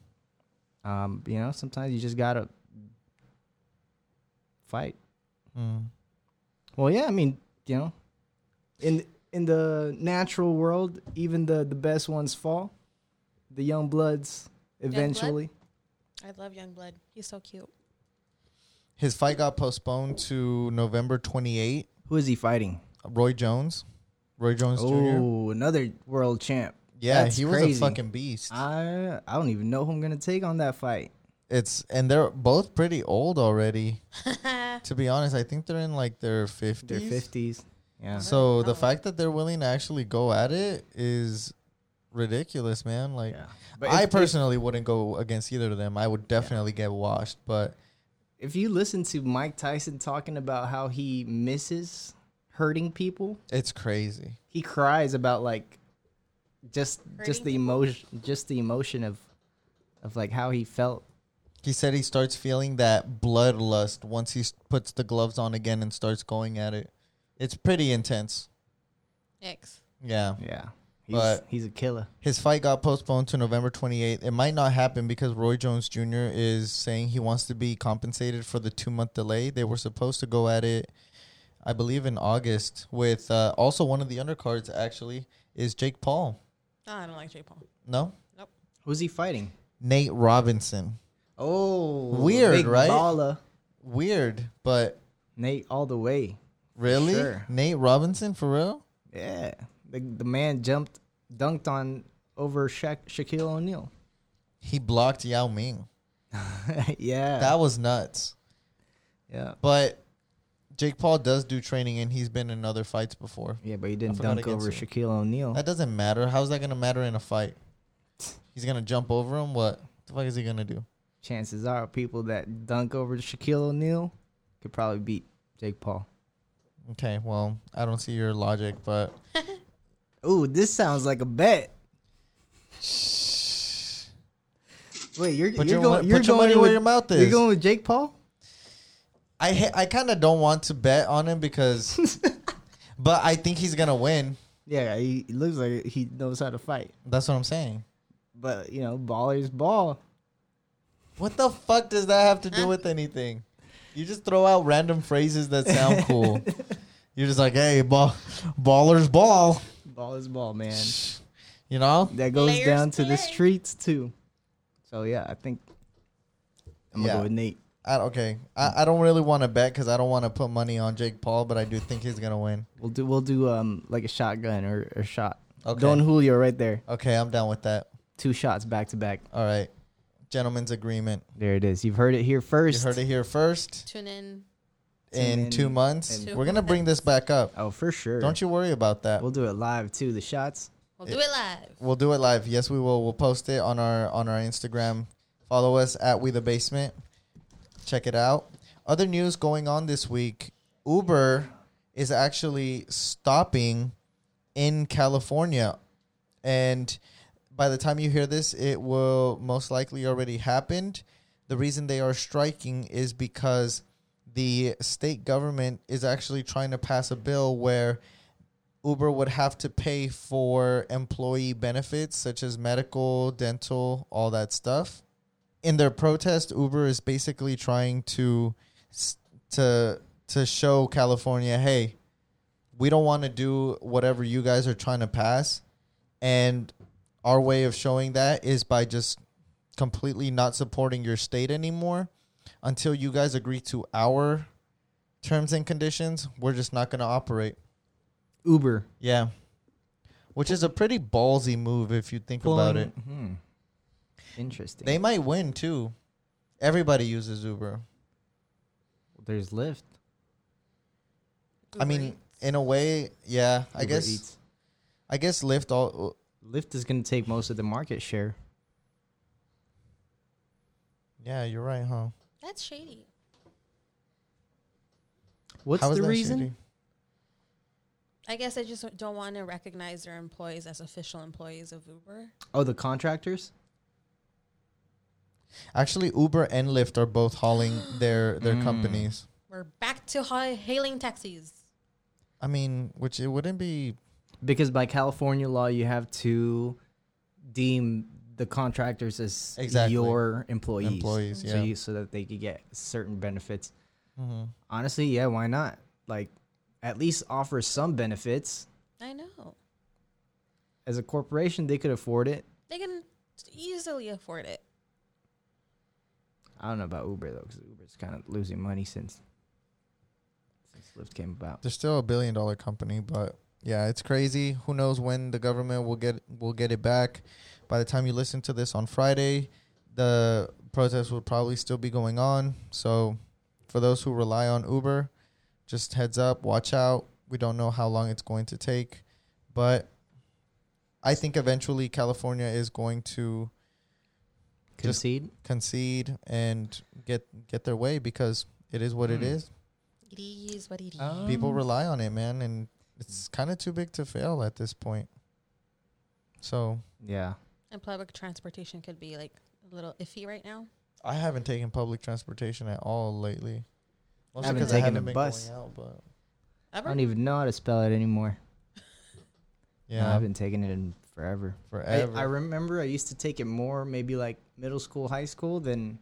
um, you know, sometimes you just gotta fight. Mm. Well, yeah, I mean, you know, in in the natural world, even the the best ones fall. The young bloods
blood?
eventually.
I love Youngblood. He's so cute.
His fight got postponed to November 28.
Who is he fighting?
Roy Jones, Roy Jones Jr.
Oh, another world champ.
Yeah,
That's
he was
crazy. Ah.
a fucking beast.
I I don't even know who I'm gonna take on that fight.
It's and they're both pretty old already. to be honest, I think they're in like their 50s.
They're fifties. Yeah.
So the fact that they're willing to actually go at it is ridiculous, man. Like
Yeah.
I
if- if-
personally wouldn't go against either of them. I would definitely get washed, but
if you listen to Mike Tyson talking about how he misses hurting people,
it's crazy.
he cries about like just
Hurting
just the emotion just the emotion of of like how he felt
He said he starts feeling that bloodlust once he s- puts the gloves on again and starts going at it. It's pretty intense.
X.
Yeah.
yeah he's
But-
he's a killer
His fight got postponed to November 28th. It might not happen because Roy Jones Jr. is saying he wants to be compensated for the two month delay. They were supposed to go at it, I believe, in August with uh, also one of the undercards, actually, is Jake Paul.
No, Oh, I don't like J Paul.
No?
who's he fighting
Nate Robinson.
oh
Weird,
big
right?
baller.
Weird, but
nate all the way
really?
Sure.
Nate Robinson, for real?
yeah the, the man jumped dunked on over Sha- shaquille o'neal
He blocked Yao Ming.
yeah
That was nuts.
yeah
But Jake Paul does do training and he's been in other fights before.
yeah but he didn't
forgot
dunk
against
over
him.
shaquille o'neal
That doesn't matter. How's that gonna matter in a fight? He's gonna jump over him. What the fuck is he gonna do?
chances are people that dunk over shaquille o'neal could probably beat jake paul
Okay, well, I don't see your logic, but
Ooh, this sounds like a bet. Wait, you're,
Put
you're going.
your
you're
mo- put your
going
money where
with-
your mouth
You're
is.
going with Jake Paul.
I ha- I kind of don't want to bet on him because, but I think he's gonna win.
Yeah, he, he looks like he knows how to fight.
That's what I'm saying.
But you know, baller's ball.
What the fuck does that have to do with anything? You just throw out random phrases that sound cool. You're just like, hey, ball, baller's ball.
Ball is ball, man.
You know,
That goes
Players
down to the
play.
streets too. So yeah, I think I'm gonna
Yeah.
go with Nate.
I, okay. I, I don't really want to bet because I don't want to put money on Jake Paul, but I do think he's gonna win.
We'll do we'll do um like a shotgun or a shot.
Okay.
Don Julio right there.
Okay, I'm down with that.
Two shots back to back.
All right. Gentlemen's agreement.
There it is. You've heard it here first.
You heard it here first.
Tune in.
In
in-
two months,
in-
we're gonna bring this back up.
Oh, for sure.
Don't you worry about that.
We'll do it live too. The shots.
We'll do it live.
We'll do it live. Yes, we will. We'll post it on our on our Instagram. Follow us at We the Basement. Check it out. Other news going on this week: Uber is actually stopping in California, and by the time you hear this, it will most likely already happened. The reason they are striking is because the state government is actually trying to pass a bill where Uber would have to pay for employee benefits such as medical, dental, all that stuff. In their protest, Uber is basically trying to s- to to show California, hey, we don't want to do whatever you guys are trying to pass, and our way of showing that is by just completely not supporting your state anymore until you guys agree to our terms and conditions. We're just not going to operate.
Uber.
Yeah. Which is a pretty ballsy move if you think about it.
Hmm. Interesting.
They might win too. Everybody uses Uber.
There's Lyft.
I mean, in a way, yeah. I
Uber
guess
Eats.
I guess Lyft all oh,
Lyft is going to take most of the market share.
Yeah, you're right, huh?
That's shady.
What's
How is
the
that
reason?
shady?
I guess I just don't want to recognize their employees as official employees of Uber.
Oh, the contractors.
Actually, Uber and Lyft are both hauling their their
Hmm.
companies.
We're back to ha- hailing taxis.
I mean, which it wouldn't be.
Because by California law, you have to deem the contractors as
Exactly.
your employees,
Employees,
so
yeah.
you so that they could get certain benefits.
hmm.
Honestly, yeah, why not? Like, at least offer some benefits.
I know.
As a corporation, they could afford it.
They can easily afford it.
I don't know about Uber though, because Uber's kind of losing money since since Lyft came about.
They're still a billion dollar company, but yeah, it's crazy. Who knows when the government will get will get it back? By the time you listen to this on Friday, the protests will probably still be going on. So, for those who rely on Uber, just heads up, watch out. We don't know how long it's going to take, but I think eventually California is going to Just-
Concede.
concede and get get their way because it is what it
Hmm.
is.
It is what it is.
Oh.
People rely on it, man, and it's kind of too big to fail at this point. So
yeah.
and public transportation could be like a little iffy right now.
I haven't taken public transportation at all lately. Mostly
haven't
'cause
taken a
been
bus.
going out, but
I don't even know how to spell it anymore.
yeah,
I've been taking it in forever. I,
forever.
I remember I used to take it more, maybe like middle school, high school, than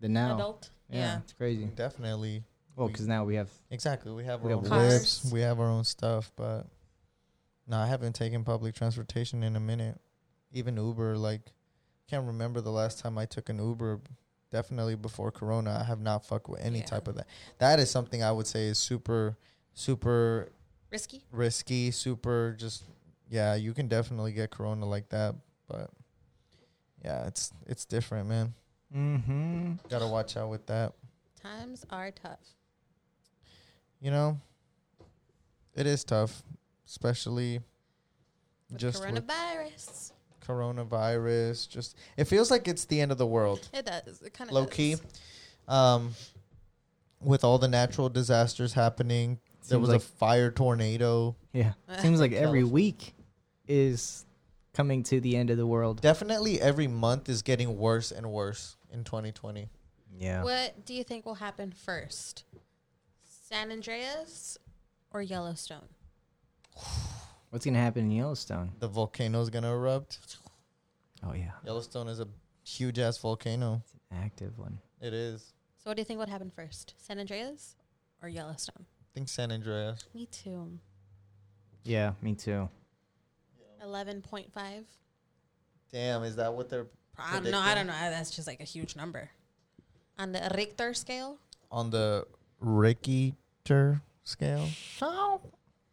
than now.
Adult.
Yeah,
yeah.
it's crazy.
Definitely,
Well, because now we have
exactly. We have our
We have
own
Cars.
lips, we have our own stuff, but no, I haven't taken public transportation in a minute. Even Uber, like, can't remember the last time I took an Uber. Definitely before Corona, I have not fucked with any
Yeah.
type of that. That is something I would say is super, super
Risky.
risky, super just yeah, you can definitely get corona like that, but yeah, it's it's different, man.
mm-hmm.
Got to watch out with that.
Times are tough.
You know, it is tough, especially
With
just with
coronavirus.
coronavirus. Just it feels like it's the end of the world.
It does. It kind of
low key. Um, with all the natural disasters happening, there
Seems
was
like-
a fire tornado.
yeah. Seems like every week is coming to the end of the world.
Definitely, every month is getting worse and worse in 2020.
Yeah.
What do you think will happen first? San Andreas or Yellowstone?
What's gonna happen in Yellowstone?
The volcano is gonna erupt.
Oh yeah,
Yellowstone is a huge ass volcano.
it's an active one.
It is.
So what do you think would happen first? San Andreas or Yellowstone?
I think San Andreas.
Me too.
Yeah, me too.
11.5.
Damn, is that what they're
I don't know. I don't know. Uh, That's just like a huge number. On the Richter scale?
on the Richter scale?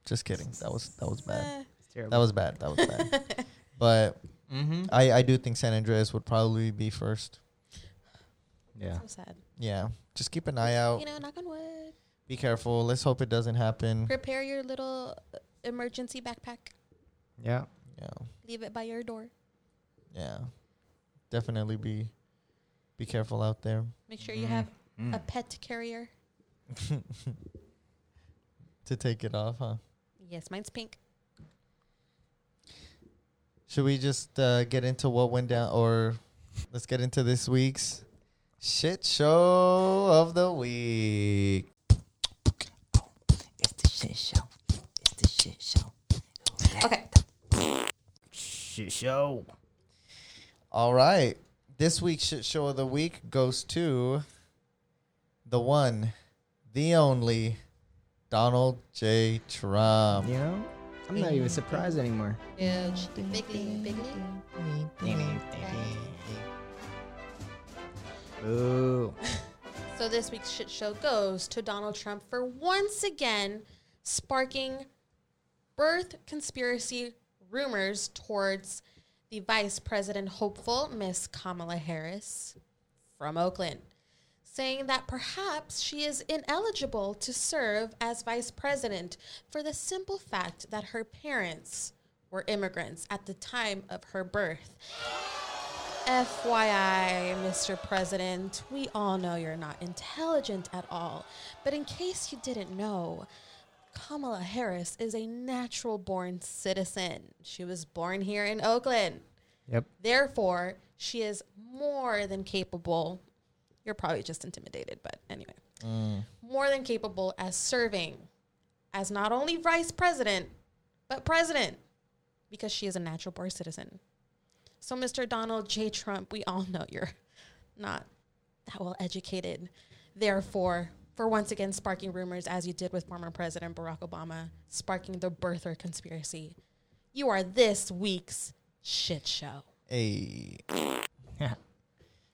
Just kidding. That was that was bad.
eh,
It's terrible.
That was bad. That was bad. but
mm-hmm.
I I do think San Andreas would probably be first.
Yeah.
So sad.
Yeah. Oh. Just keep an eye out.
You know, knock on wood.
Be careful. Let's hope it doesn't happen.
Prepare your little uh, emergency backpack.
Yeah.
Yeah.
Leave it by your door.
Yeah. Definitely be be careful out there.
Make sure
Mm-hmm.
you have a
Mm.
Hmm.
pet carrier.
to take it off, huh?
Yes, mine's pink.
Should we just uh, get into what went down, or let's get into this week's shit show of the week?
It's the shit show. It's the shit show.
Okay.
Shit show.
All right, this week's shit show of the week goes to the one, the only Donald J. Trump.
You know, I'm not even surprised anymore.
Huge. Big league, big league.
Ooh.
So this week's shit show goes to Donald Trump for once again sparking birth conspiracy rumors towards the vice president hopeful Miss Kamala Harris from Oakland, saying that perhaps she is ineligible to serve as vice president for the simple fact that her parents were immigrants at the time of her birth FYI, Mr. President, we all know you're not intelligent at all. But in case you didn't know, Kamala Harris is a natural born citizen. She was born here in Oakland.
Yep.
Therefore, she is more than capable. You're probably just intimidated, but anyway.
Mm.
More than capable as serving as not only vice president, but president because she is a natural born citizen. So, Mr. Donald J. Trump, we all know you're not that well educated. Therefore, for once again sparking rumors as you did with former President Barack Obama, sparking the birther conspiracy, you are this week's shit show.
Hey,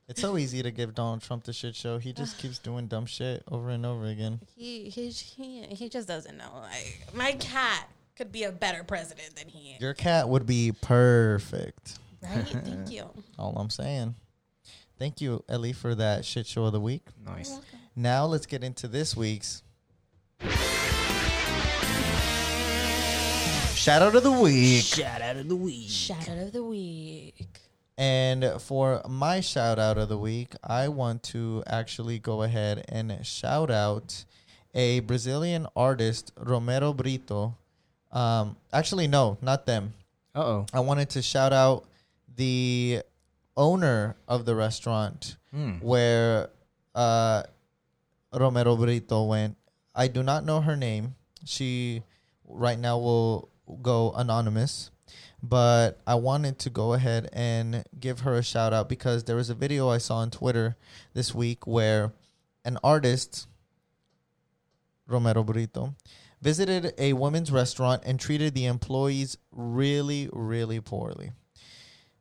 it's so easy to give Donald Trump the shit show. He just keeps doing dumb shit over and over again.
He he he, he just doesn't know. Like my cat could be a better president than he is.
Your cat would be perfect.
Right? Thank you.
All I'm saying. Thank you, Ellie, for that shit show of the week.
Nice.
Now let's get into this week's shout out of the week.
Shout out of the week.
Shout out of the week.
And for my shout out of the week, I want to actually go ahead and shout out a Brazilian artist, Romero Brito. Um, actually, no, not them.
Uh oh.
I wanted to shout out the owner of the restaurant
Hmm.
where uh, Romero Brito went. I do not know her name. She right now will go anonymous, but I wanted to go ahead and give her a shout out because there was a video I saw on Twitter this week where an artist Romero Burrito, visited a women's restaurant and treated the employees really, really poorly.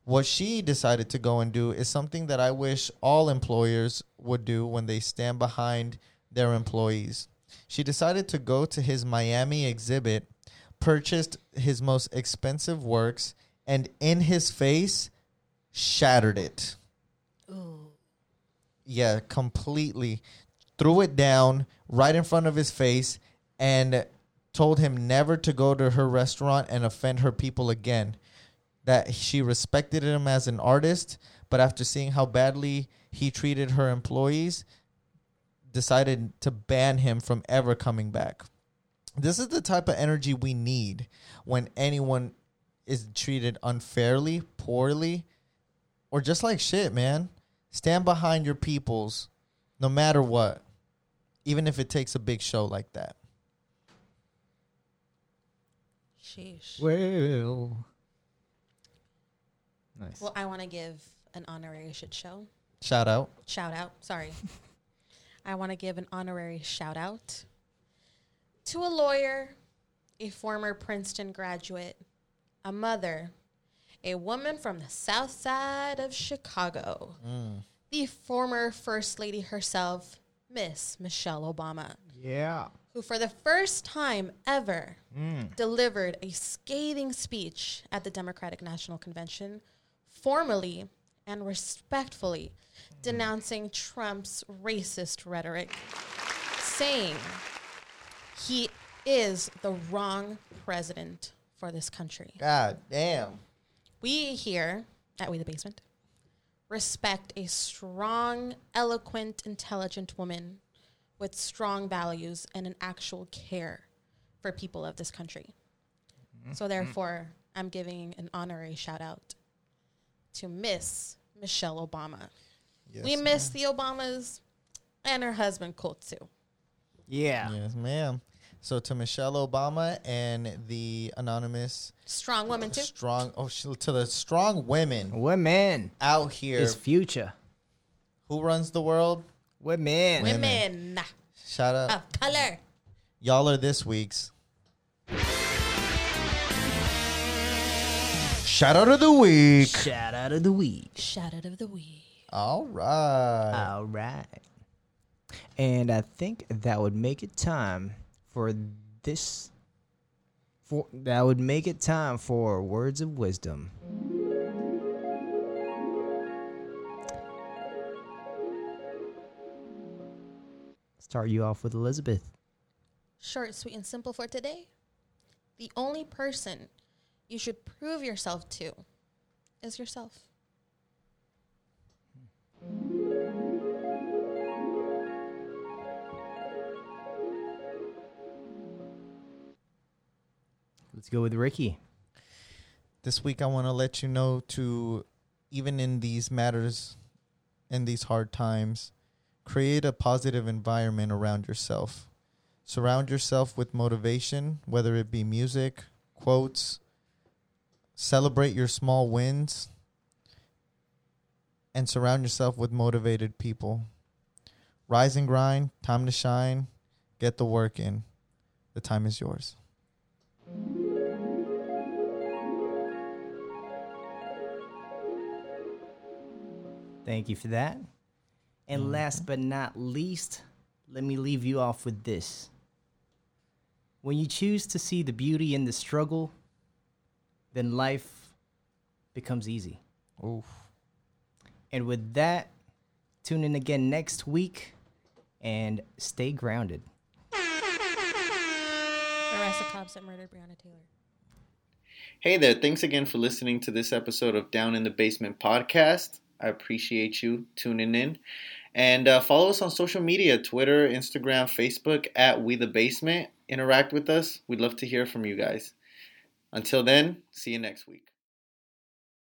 What she decided to go and do is something that I wish all employers would do when they stand behind their employees. She decided to go to his Miami exhibit, purchased his most expensive works, and in his face, shattered it yeah, completely threw it down right in front of his face and told him never to go to her restaurant and offend her people again. That she respected him as an artist, but after seeing how badly he treated her employees, decided to ban him from ever coming back. This is the type of energy we need when anyone is treated unfairly, poorly, or just like shit, man. Stand behind your peoples no matter what, even if it takes a big show like that.
Sheesh.
Well. Nice.
Well, I want to give an honorary shit show.
Shout out.
shout out. Sorry. I want to give an honorary shout out to a lawyer, a former Princeton graduate, a mother, a woman from the south side of Chicago, the former First Lady herself, Miss Michelle Obama
yeah.
who for the first time ever delivered a scathing speech at the Democratic National Convention, formally and respectfully denouncing Trump's racist rhetoric, saying he is the wrong president for this country.
God damn.
We here at We the Basement respect a strong, eloquent, intelligent woman with strong values and an actual care for people of this country. So, therefore, I'm giving an honorary shout out to Miss Michelle Obama. we miss the Obamas and her husband, Colt, too.
Yeah.
Yes, ma'am. So to Michelle Obama and the anonymous
Strong woman, too.
strong oh sh- to the strong women
Women
out here
is future.
who runs the world.
Women.
Women
Shout out.
of color.
Y'all are this week's Shout out of the week.
Shout out of the week.
Shout out of the week.
All right.
All right. And I think that would make it time for this. For, that would make it time for words of wisdom. Start you off with Elizabeth.
Short, sweet, and simple for today. The only person you should prove yourself to is yourself.
Let's go with Ricky.
this week I want to let you know to even in these matters in these hard times create a positive environment around yourself surround yourself with motivation whether it be music quotes celebrate your small wins and surround yourself with motivated people rise and grind time to shine get the work in the time is yours
Thank you for that. And last but not least, let me leave you off with this. When you choose to see the beauty in the struggle, then life becomes easy.
Oof.
And with that, tune in again next week and stay grounded.
Arrested cops that murdered Breonna Taylor.
Hey there, thanks again for listening to this episode of Down in the Basement podcast. I appreciate you tuning in. And uh, follow us on social media Twitter, Instagram, Facebook at We the Basement. Interact with us. We'd love to hear from you guys. Until then, see you next week.